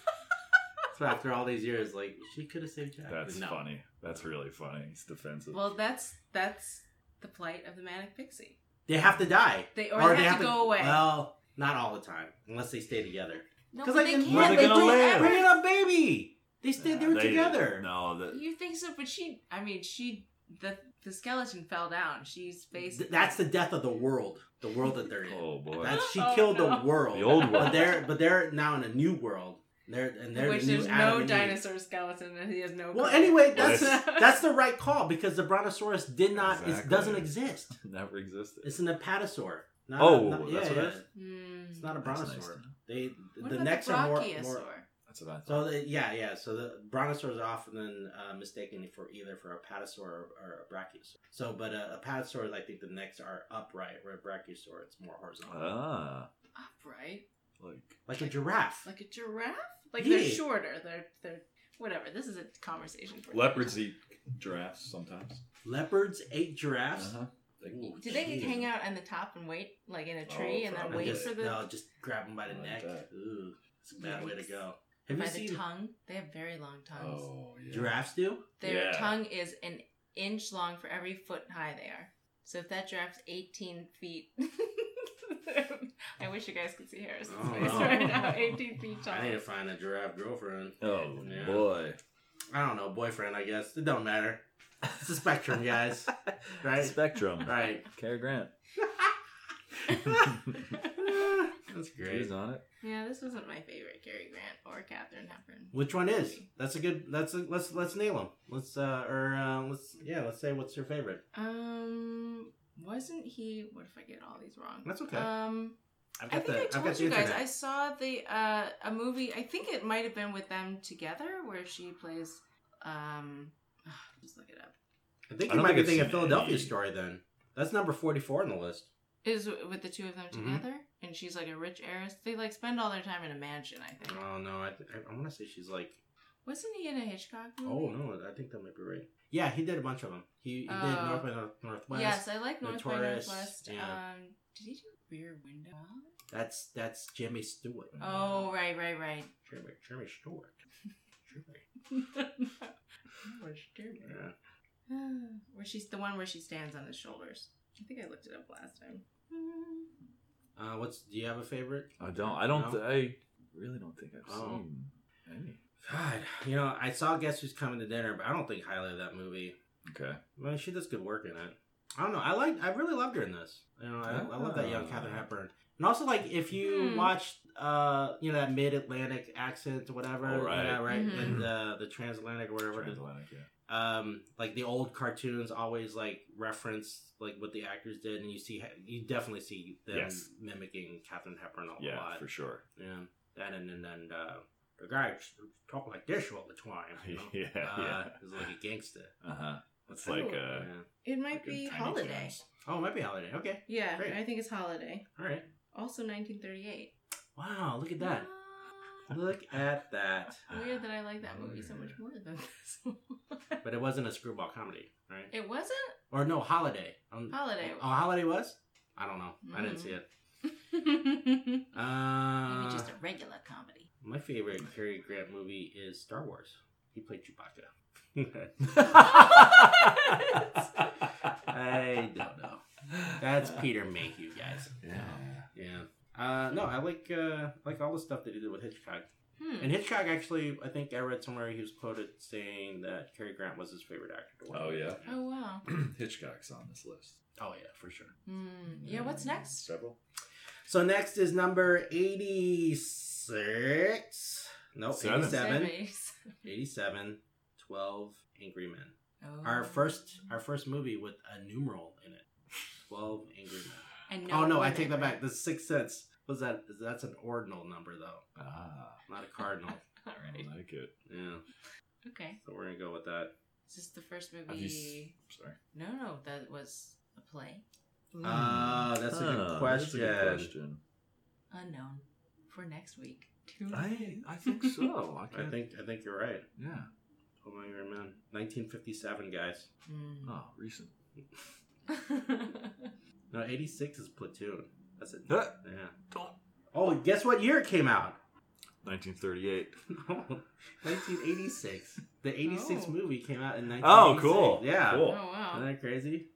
S1: So after all these years, like, she could have saved Jack.
S2: That's
S1: No.
S2: funny. That's really funny. It's defensive.
S3: Well, that's that's the plight of the manic pixie.
S1: They have to die.
S3: They or, they, have, to go away.
S1: Well, not all the time, unless they stay together.
S3: no,
S1: 'Cause,
S3: but
S1: like,
S3: they
S1: in-
S3: can't.
S2: where they
S3: they
S2: gonna
S3: do
S2: live?
S3: everything.
S1: Bringing up baby. They stayed. They were together.
S2: No, that,
S3: You think so? But she, I mean, she, the the skeleton fell down. She's basically
S1: Th- that's the death of the world. The world that they're in.
S2: oh boy,
S1: That's she
S3: Oh,
S1: killed
S3: no.
S1: the world.
S2: the old
S1: But
S2: one.
S1: they're but they're now in a new world. They're and they're
S3: which
S1: the new
S3: there's
S1: Adam
S3: no
S1: and Eve.
S3: dinosaur skeleton, and he has no.
S1: Well,
S3: coat.
S1: anyway, that's
S2: Yes.
S1: that's the right call because the brontosaurus did not it
S2: Exactly.
S1: doesn't exist.
S2: Never existed.
S1: It's an apatosaur. Not,
S2: Oh,
S1: not-
S2: that's
S1: yeah,
S2: what it
S1: yeah.
S2: is?
S3: Hmm.
S1: It's not a
S2: That's
S1: brontosaur.
S2: nice to know.
S1: They
S3: What
S1: the
S3: about
S1: necks
S3: the
S1: are more,
S3: brachiosaur?
S1: more
S2: That's what I thought.
S1: So the, yeah, yeah. So the brontosaurs are often uh, mistaken for either for a patasaur or, or a brachiosaur. So, but a, a patasaur, I think the necks are upright, where a brachiosaur it's more horizontal,
S2: ah,
S3: Upright,
S2: like
S1: like a giraffe.
S3: like a giraffe. Like they're
S1: Yeah.
S3: shorter. They're they're whatever. This is a conversation. For
S2: leopards eat giraffes sometimes.
S1: Leopards ate giraffes.
S2: Uh-huh.
S1: Ooh,
S3: Do they
S1: geez.
S3: hang out on the top and wait, like in a
S2: Oh,
S3: tree, and then
S2: probably.
S1: And
S3: wait
S1: just,
S3: for the
S1: no, just grab them by the
S2: Like
S1: neck.
S2: that.
S1: Ooh, it's a bad way to
S3: Yikes.
S1: go. Have
S3: by
S1: you
S3: the
S1: seen
S3: tongue? They have very long tongues.
S2: Oh, yeah.
S1: giraffes do?
S3: Their
S2: Yeah.
S3: tongue is an inch long for every foot high they are. So if that giraffe's 18 feet, I wish you guys could see Harrison's
S1: Oh,
S3: face
S1: no.
S3: right now. 18 feet tall.
S1: I need to find a giraffe girlfriend.
S2: Oh
S1: Yeah.
S2: boy.
S1: I don't know, boyfriend, I guess. It don't matter. It's a spectrum, guys. Right?
S2: Spectrum.
S1: Right.
S2: Cary Grant.
S1: That's great.
S2: He's on it.
S3: yeah, this wasn't my favorite Cary Grant or Katherine Hepburn.
S1: Which one is? That's a good. That's a, let's let's nail them. Let's uh or uh, let's yeah let's say what's your favorite.
S3: Um, wasn't he? What if I get all these wrong?
S1: That's okay.
S3: Um,
S1: I've
S3: I think I
S1: I've
S3: told you guys
S1: internet.
S3: I saw the uh a movie. I think it might have been with them together, where she plays. Um, just look it up.
S1: I think
S2: I
S1: you
S2: don't
S1: might
S2: think
S1: be thinking
S2: I've seen
S1: Philadelphia
S2: any.
S1: Story then. That's number forty-four on the list.
S3: Is with the two of them
S1: Mhm.
S3: together, and she's like a rich heiress. They like spend all their time in a mansion. I think.
S1: Oh no, I th- I, I want to say she's like.
S3: Wasn't he in a Hitchcock
S1: Oh
S3: movie?
S1: no, I think that might be right. Yeah, he did a bunch of them. He, he did
S3: Oh.
S1: North by North, Northwest.
S3: Yes, I like
S1: The
S3: North by
S1: Tourist,
S3: Northwest.
S1: yeah.
S3: Um, did he do Rear Window?
S1: That's that's Jimmy Stewart.
S3: Oh, right, right, right.
S1: Jimmy, Jimmy Stewart. Jimmy. Yeah.
S3: where she's the one where she stands on his shoulders. I think I looked it up last time.
S1: Uh, what's do you have a favorite?
S2: I don't. I don't.
S1: No?
S2: th- I really don't think I've
S1: Oh.
S2: seen any.
S1: God, you know, I saw Guess Who's Coming to Dinner, but I don't think highly of that movie.
S2: Okay.
S1: Well, she does good work in it. I don't know. I like. I really loved her in this. You know, I, I love that
S2: Ah.
S1: young Catherine Hepburn. And also, like, if you
S3: Hmm.
S1: watch, uh, you know, that mid-Atlantic accent or whatever,
S2: Oh,
S1: you know,
S2: right.
S1: right,
S3: Mhm.
S1: and uh, the transatlantic or whatever,
S2: Transatlantic. Yeah.
S1: um, like the old cartoons always like reference like what the actors did, and you see, you definitely see them
S2: Yes.
S1: mimicking Catherine Hepburn a
S2: Yeah,
S1: lot.
S2: for sure.
S1: Yeah, that and and, and uh, the guy just talk like this all the time. You know?
S2: yeah.
S1: uh,
S2: yeah.
S1: is like a gangster.
S2: Uh huh. It's
S3: Cool.
S2: like uh.
S1: yeah.
S3: It might
S2: like in
S3: be
S2: Tiny
S3: Holiday.
S2: Times.
S1: Oh, it might be Holiday. Okay,
S3: Yeah,
S1: Great.
S3: I think it's Holiday.
S1: all right.
S3: Also 1938.
S1: Wow, look at that.
S3: Ah,
S1: Look at that.
S3: Weird that I like that movie so much more than this. one.
S1: But it wasn't a screwball comedy, right?
S3: it wasn't
S1: Or no, Holiday. Um,
S3: Holiday.
S1: Oh, Holiday was? I don't know. I didn't
S3: Mhm.
S1: see it.
S3: Maybe
S1: Uh,
S3: Mm-hmm. just a regular comedy.
S1: My favorite Cary Grant movie is Star Wars. He played Chewbacca. I don't know. That's Peter Mayhew, guys.
S2: Yeah.
S1: Yeah. Uh, no, I like uh, like all the stuff that he did with Hitchcock.
S3: Hmm.
S1: And Hitchcock actually, I think I read somewhere he was quoted saying that Cary Grant was his favorite actor. to work
S2: Oh,
S1: with.
S2: yeah?
S3: Oh wow.
S2: Hitchcock's on this list. Mm,
S1: Oh yeah, for sure.
S3: Hmm. Yeah. What's next?
S2: Several.
S1: So next is number 86. Nope,
S2: Seven.
S1: 87.
S3: Semis.
S1: 87. 12 Angry Men.
S3: Oh.
S1: Our first our first movie with a numeral in it. 12 Angry Men.
S3: And
S1: oh no, I
S3: women.
S1: take that back. The sixth sense. Was that that's an ordinal number though,
S2: Ah,
S1: not a cardinal.
S3: All right.
S2: I like it.
S1: yeah.
S3: Okay.
S1: So we're going to go with that.
S3: Is this the first
S2: Have
S3: movie?
S2: you? S- Sorry.
S3: No, no, that was a play.
S1: Ah, that's a good
S2: that's a good
S1: question.
S3: Unknown for next week. Tune
S2: I
S3: in.
S2: I think so. I,
S1: I
S2: can't-
S1: think I think you're right.
S2: Yeah.
S1: 12 Angry Men. 1957, guys.
S3: Hmm.
S2: Oh, recent.
S1: No, 86 is Platoon. That's it. Yeah.
S2: Huh?
S1: Oh, guess what year it came out?
S2: 1938.
S1: No, 1986. The 86
S3: Oh.
S1: movie came out in 1986.
S2: Oh, cool.
S1: Yeah.
S3: oh
S2: Cool.
S1: Isn't
S3: wow.
S1: that crazy?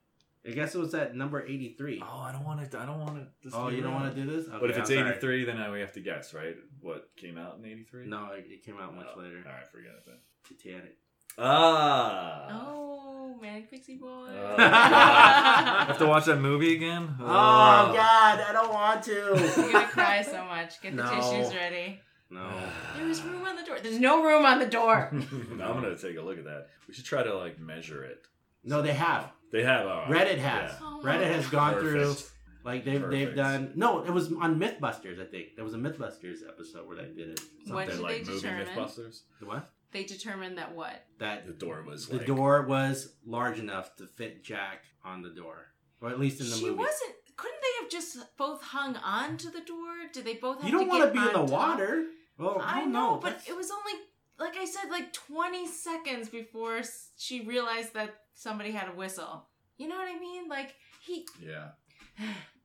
S1: I guess it was at number 83. Oh,
S2: Oh, I don't want to. I don't want to.
S1: you don't want to do this? Okay,
S2: But if it's
S1: I'm sorry.
S2: 83, then I, we have to guess, right? What came out in 83?
S1: No, it, it came out much
S2: Oh,
S1: later.
S2: All right, forget it then.
S1: Titanic.
S2: Ah.
S3: Oh, Manic Pixie Boy.
S2: I have to watch that movie again.
S1: Oh,
S2: Ah.
S1: God, I don't want
S3: You're
S1: to.
S3: gonna cry so much. Get the
S1: No.
S3: tissues ready.
S1: no.
S3: There is room on the door. There's no room on the door.
S2: I'm gonna take a look at that. We should try to like measure it.
S1: No, they have.
S2: They have all right.
S1: Reddit has.
S2: Yeah.
S3: Oh, my
S1: Reddit has gone through.
S2: Perfect.
S1: Like they've they've
S2: Perfect.
S1: done no, it was on MythBusters. I think there was a MythBusters episode where they did it.
S3: What
S2: They're
S3: did
S1: Something like
S2: like
S3: they
S2: movie
S3: determine?
S2: Mythbusters.
S1: the what?
S3: They determined that what?
S1: That
S2: The door was
S1: the
S2: like,
S1: door was large enough to fit Jack on the door, or at least in the
S3: she
S1: movie.
S3: wasn't. Couldn't they have just both hung on to the door? Did they both? Have
S1: You don't
S3: want to
S1: be in
S3: get
S1: the
S3: on top?
S1: water. Well,
S3: I
S1: don't
S3: know, but
S1: That's-
S3: it was only like I said, like twenty seconds before s- she realized that somebody had a whistle. You know what I mean? Like he.
S2: Yeah.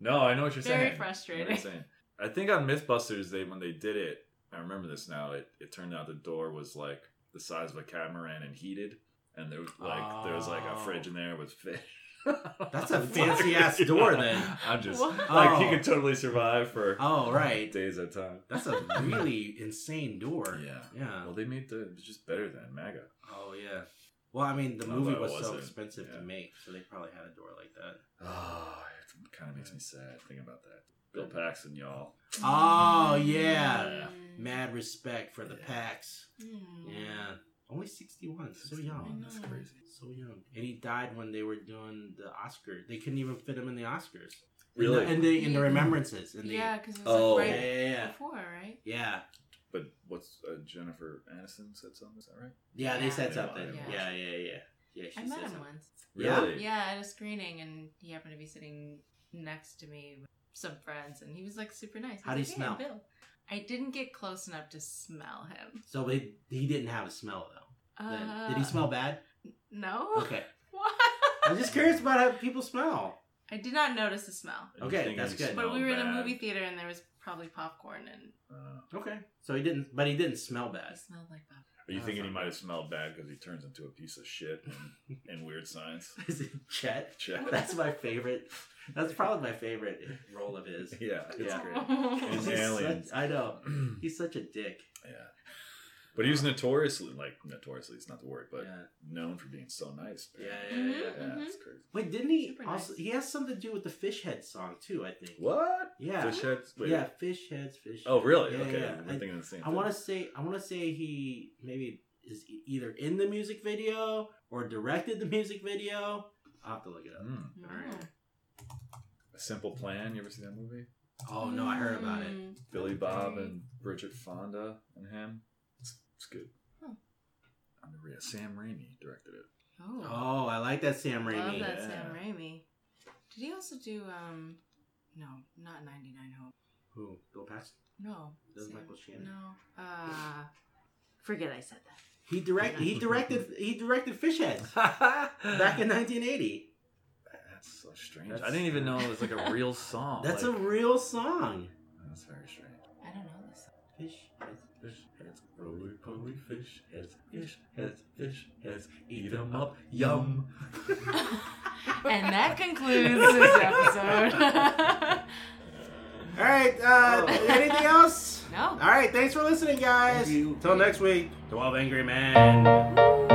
S2: No, I know what you're
S3: Very
S2: saying.
S3: frustrating.
S2: I know what you're saying. I think on MythBusters, they when they did it, I remember this now. It, it turned out the door was like the size of a catamaran and heated, and there was like there was like a
S1: Oh.
S2: fridge in there with fish.
S1: That's a fancy ass door then.
S2: I'm just
S3: What?
S2: like
S1: Oh.
S2: he could totally survive for
S1: Oh right,
S2: days at a time.
S1: that's a really insane door.
S2: Yeah.
S1: Yeah.
S2: Well, they made the it's just better than MAGA.
S1: Oh yeah. Well, I mean, the
S2: Not
S1: movie
S2: that it
S1: was so
S2: wasn't.
S1: expensive
S2: Yeah.
S1: to make, so they probably had a door like that.
S2: Oh, it kind of makes me sad thinking about that. Bill Paxton, y'all.
S1: Oh, yeah.
S3: Mm.
S1: Mad respect for the
S2: Yeah.
S1: packs.
S3: Mm.
S1: Yeah. Only 61, so young.
S2: That's crazy.
S1: So young. And he died when they were doing the Oscars. They couldn't even fit him in the Oscars.
S2: Really?
S1: In the, in the, in the remembrances. In the,
S3: Yeah, because it was
S2: Oh.
S1: Yeah,
S3: like right
S1: yeah, yeah.
S3: before, right?
S1: Yeah.
S2: But what's uh, Jennifer Aniston said something? Is that right?
S1: Yeah, they
S3: Yeah.
S1: said
S2: Yeah,
S1: something.
S3: yeah.
S1: Yeah, yeah, yeah. Yeah, she
S3: I
S1: said
S3: met him
S1: something.
S3: once.
S1: Yeah.
S2: Really?
S3: Yeah, at a screening, and he happened to be sitting next to me with some friends, and he was like super nice.
S1: How'd
S3: He's
S1: he smell?"
S3: like, "Hey, I'm Bill. I didn't get close enough to smell him.
S1: So they, he didn't have a smell, though. Then.
S3: Uh,
S1: Did he smell bad?
S3: No.
S1: Okay.
S3: What?
S1: I'm just curious about how people smell.
S3: I did not notice the smell.
S2: And you
S1: Okay,
S2: think
S1: that's
S2: he
S1: good.
S2: smelled
S3: But we were in a
S2: bad.
S3: movie theater, and there was probably popcorn, and
S2: Uh,
S1: Okay. So he didn't, but he didn't smell
S3: I
S1: bad.
S3: smelled like popcorn.
S2: are you
S1: Uh,
S2: thinking he might have smelled bad because he turns into a piece of shit in, in Weird Science?
S1: Is it Chet?
S2: Check.
S1: That's my favorite. That's probably my favorite role of his.
S2: Yeah, it's
S1: Yeah.
S2: great.
S3: great.
S2: He's
S1: He's
S2: aliens.
S1: such- I know. He's such a dick.
S2: Yeah. But he was notoriously, like, notoriously, it's not the word, but
S1: yeah.
S2: known for being so nice.
S1: yeah,
S2: apparently.
S1: yeah, yeah. yeah. Mm-hmm.
S2: Yeah,
S3: Mhm.
S2: it's crazy.
S1: Wait, didn't he
S3: Super
S1: also?
S3: nice.
S1: He has something to do with the fish head song too. I think.
S2: What?
S1: Yeah.
S2: Fish heads? Wait.
S1: yeah, fish heads, fish.
S2: Oh, really?
S1: Yeah,
S2: okay.
S1: yeah,
S2: We're
S1: yeah.
S2: thinking the same
S1: I
S2: thing.
S1: want to say. I want to say he maybe is e- either in the music video or directed the music video. I'll have to look it up.
S2: Mm.
S3: No.
S1: Alright.
S2: A Simple Plan. You ever see that movie?
S1: Oh no, I heard about it.
S3: Mm.
S2: Billy Bob and Bridget Fonda and him. It's, it's good.
S3: Huh.
S2: Underrated. Sam Raimi directed it.
S3: Oh,
S1: Oh, I like that Sam
S3: love
S1: Raimi.
S3: that
S2: yeah.
S3: Sam Raimi. Did he also do um? No, not 99 Hope.
S1: Who? Bill Paxton.
S3: No.
S1: That's
S3: Sam-
S1: Michael Shannon.
S3: No. Uh, forget I said that.
S1: He directed. He directed. he directed Fish Heads back in 1980.
S2: That's so strange.
S1: That's-
S2: I didn't even know it was like a real song.
S1: That's
S2: like-
S1: a real song.
S2: That's very strange.
S3: I don't know this.
S1: Fish heads, fish heads, roly poly fish heads, fish heads, fish heads, eat 'em up, yum.
S3: and that concludes this episode.
S1: All right, uh, anything else?
S3: no.
S1: All right, thanks for listening, guys.
S2: Thank you.
S1: Till next week, 12 Angry Men.
S3: Woo.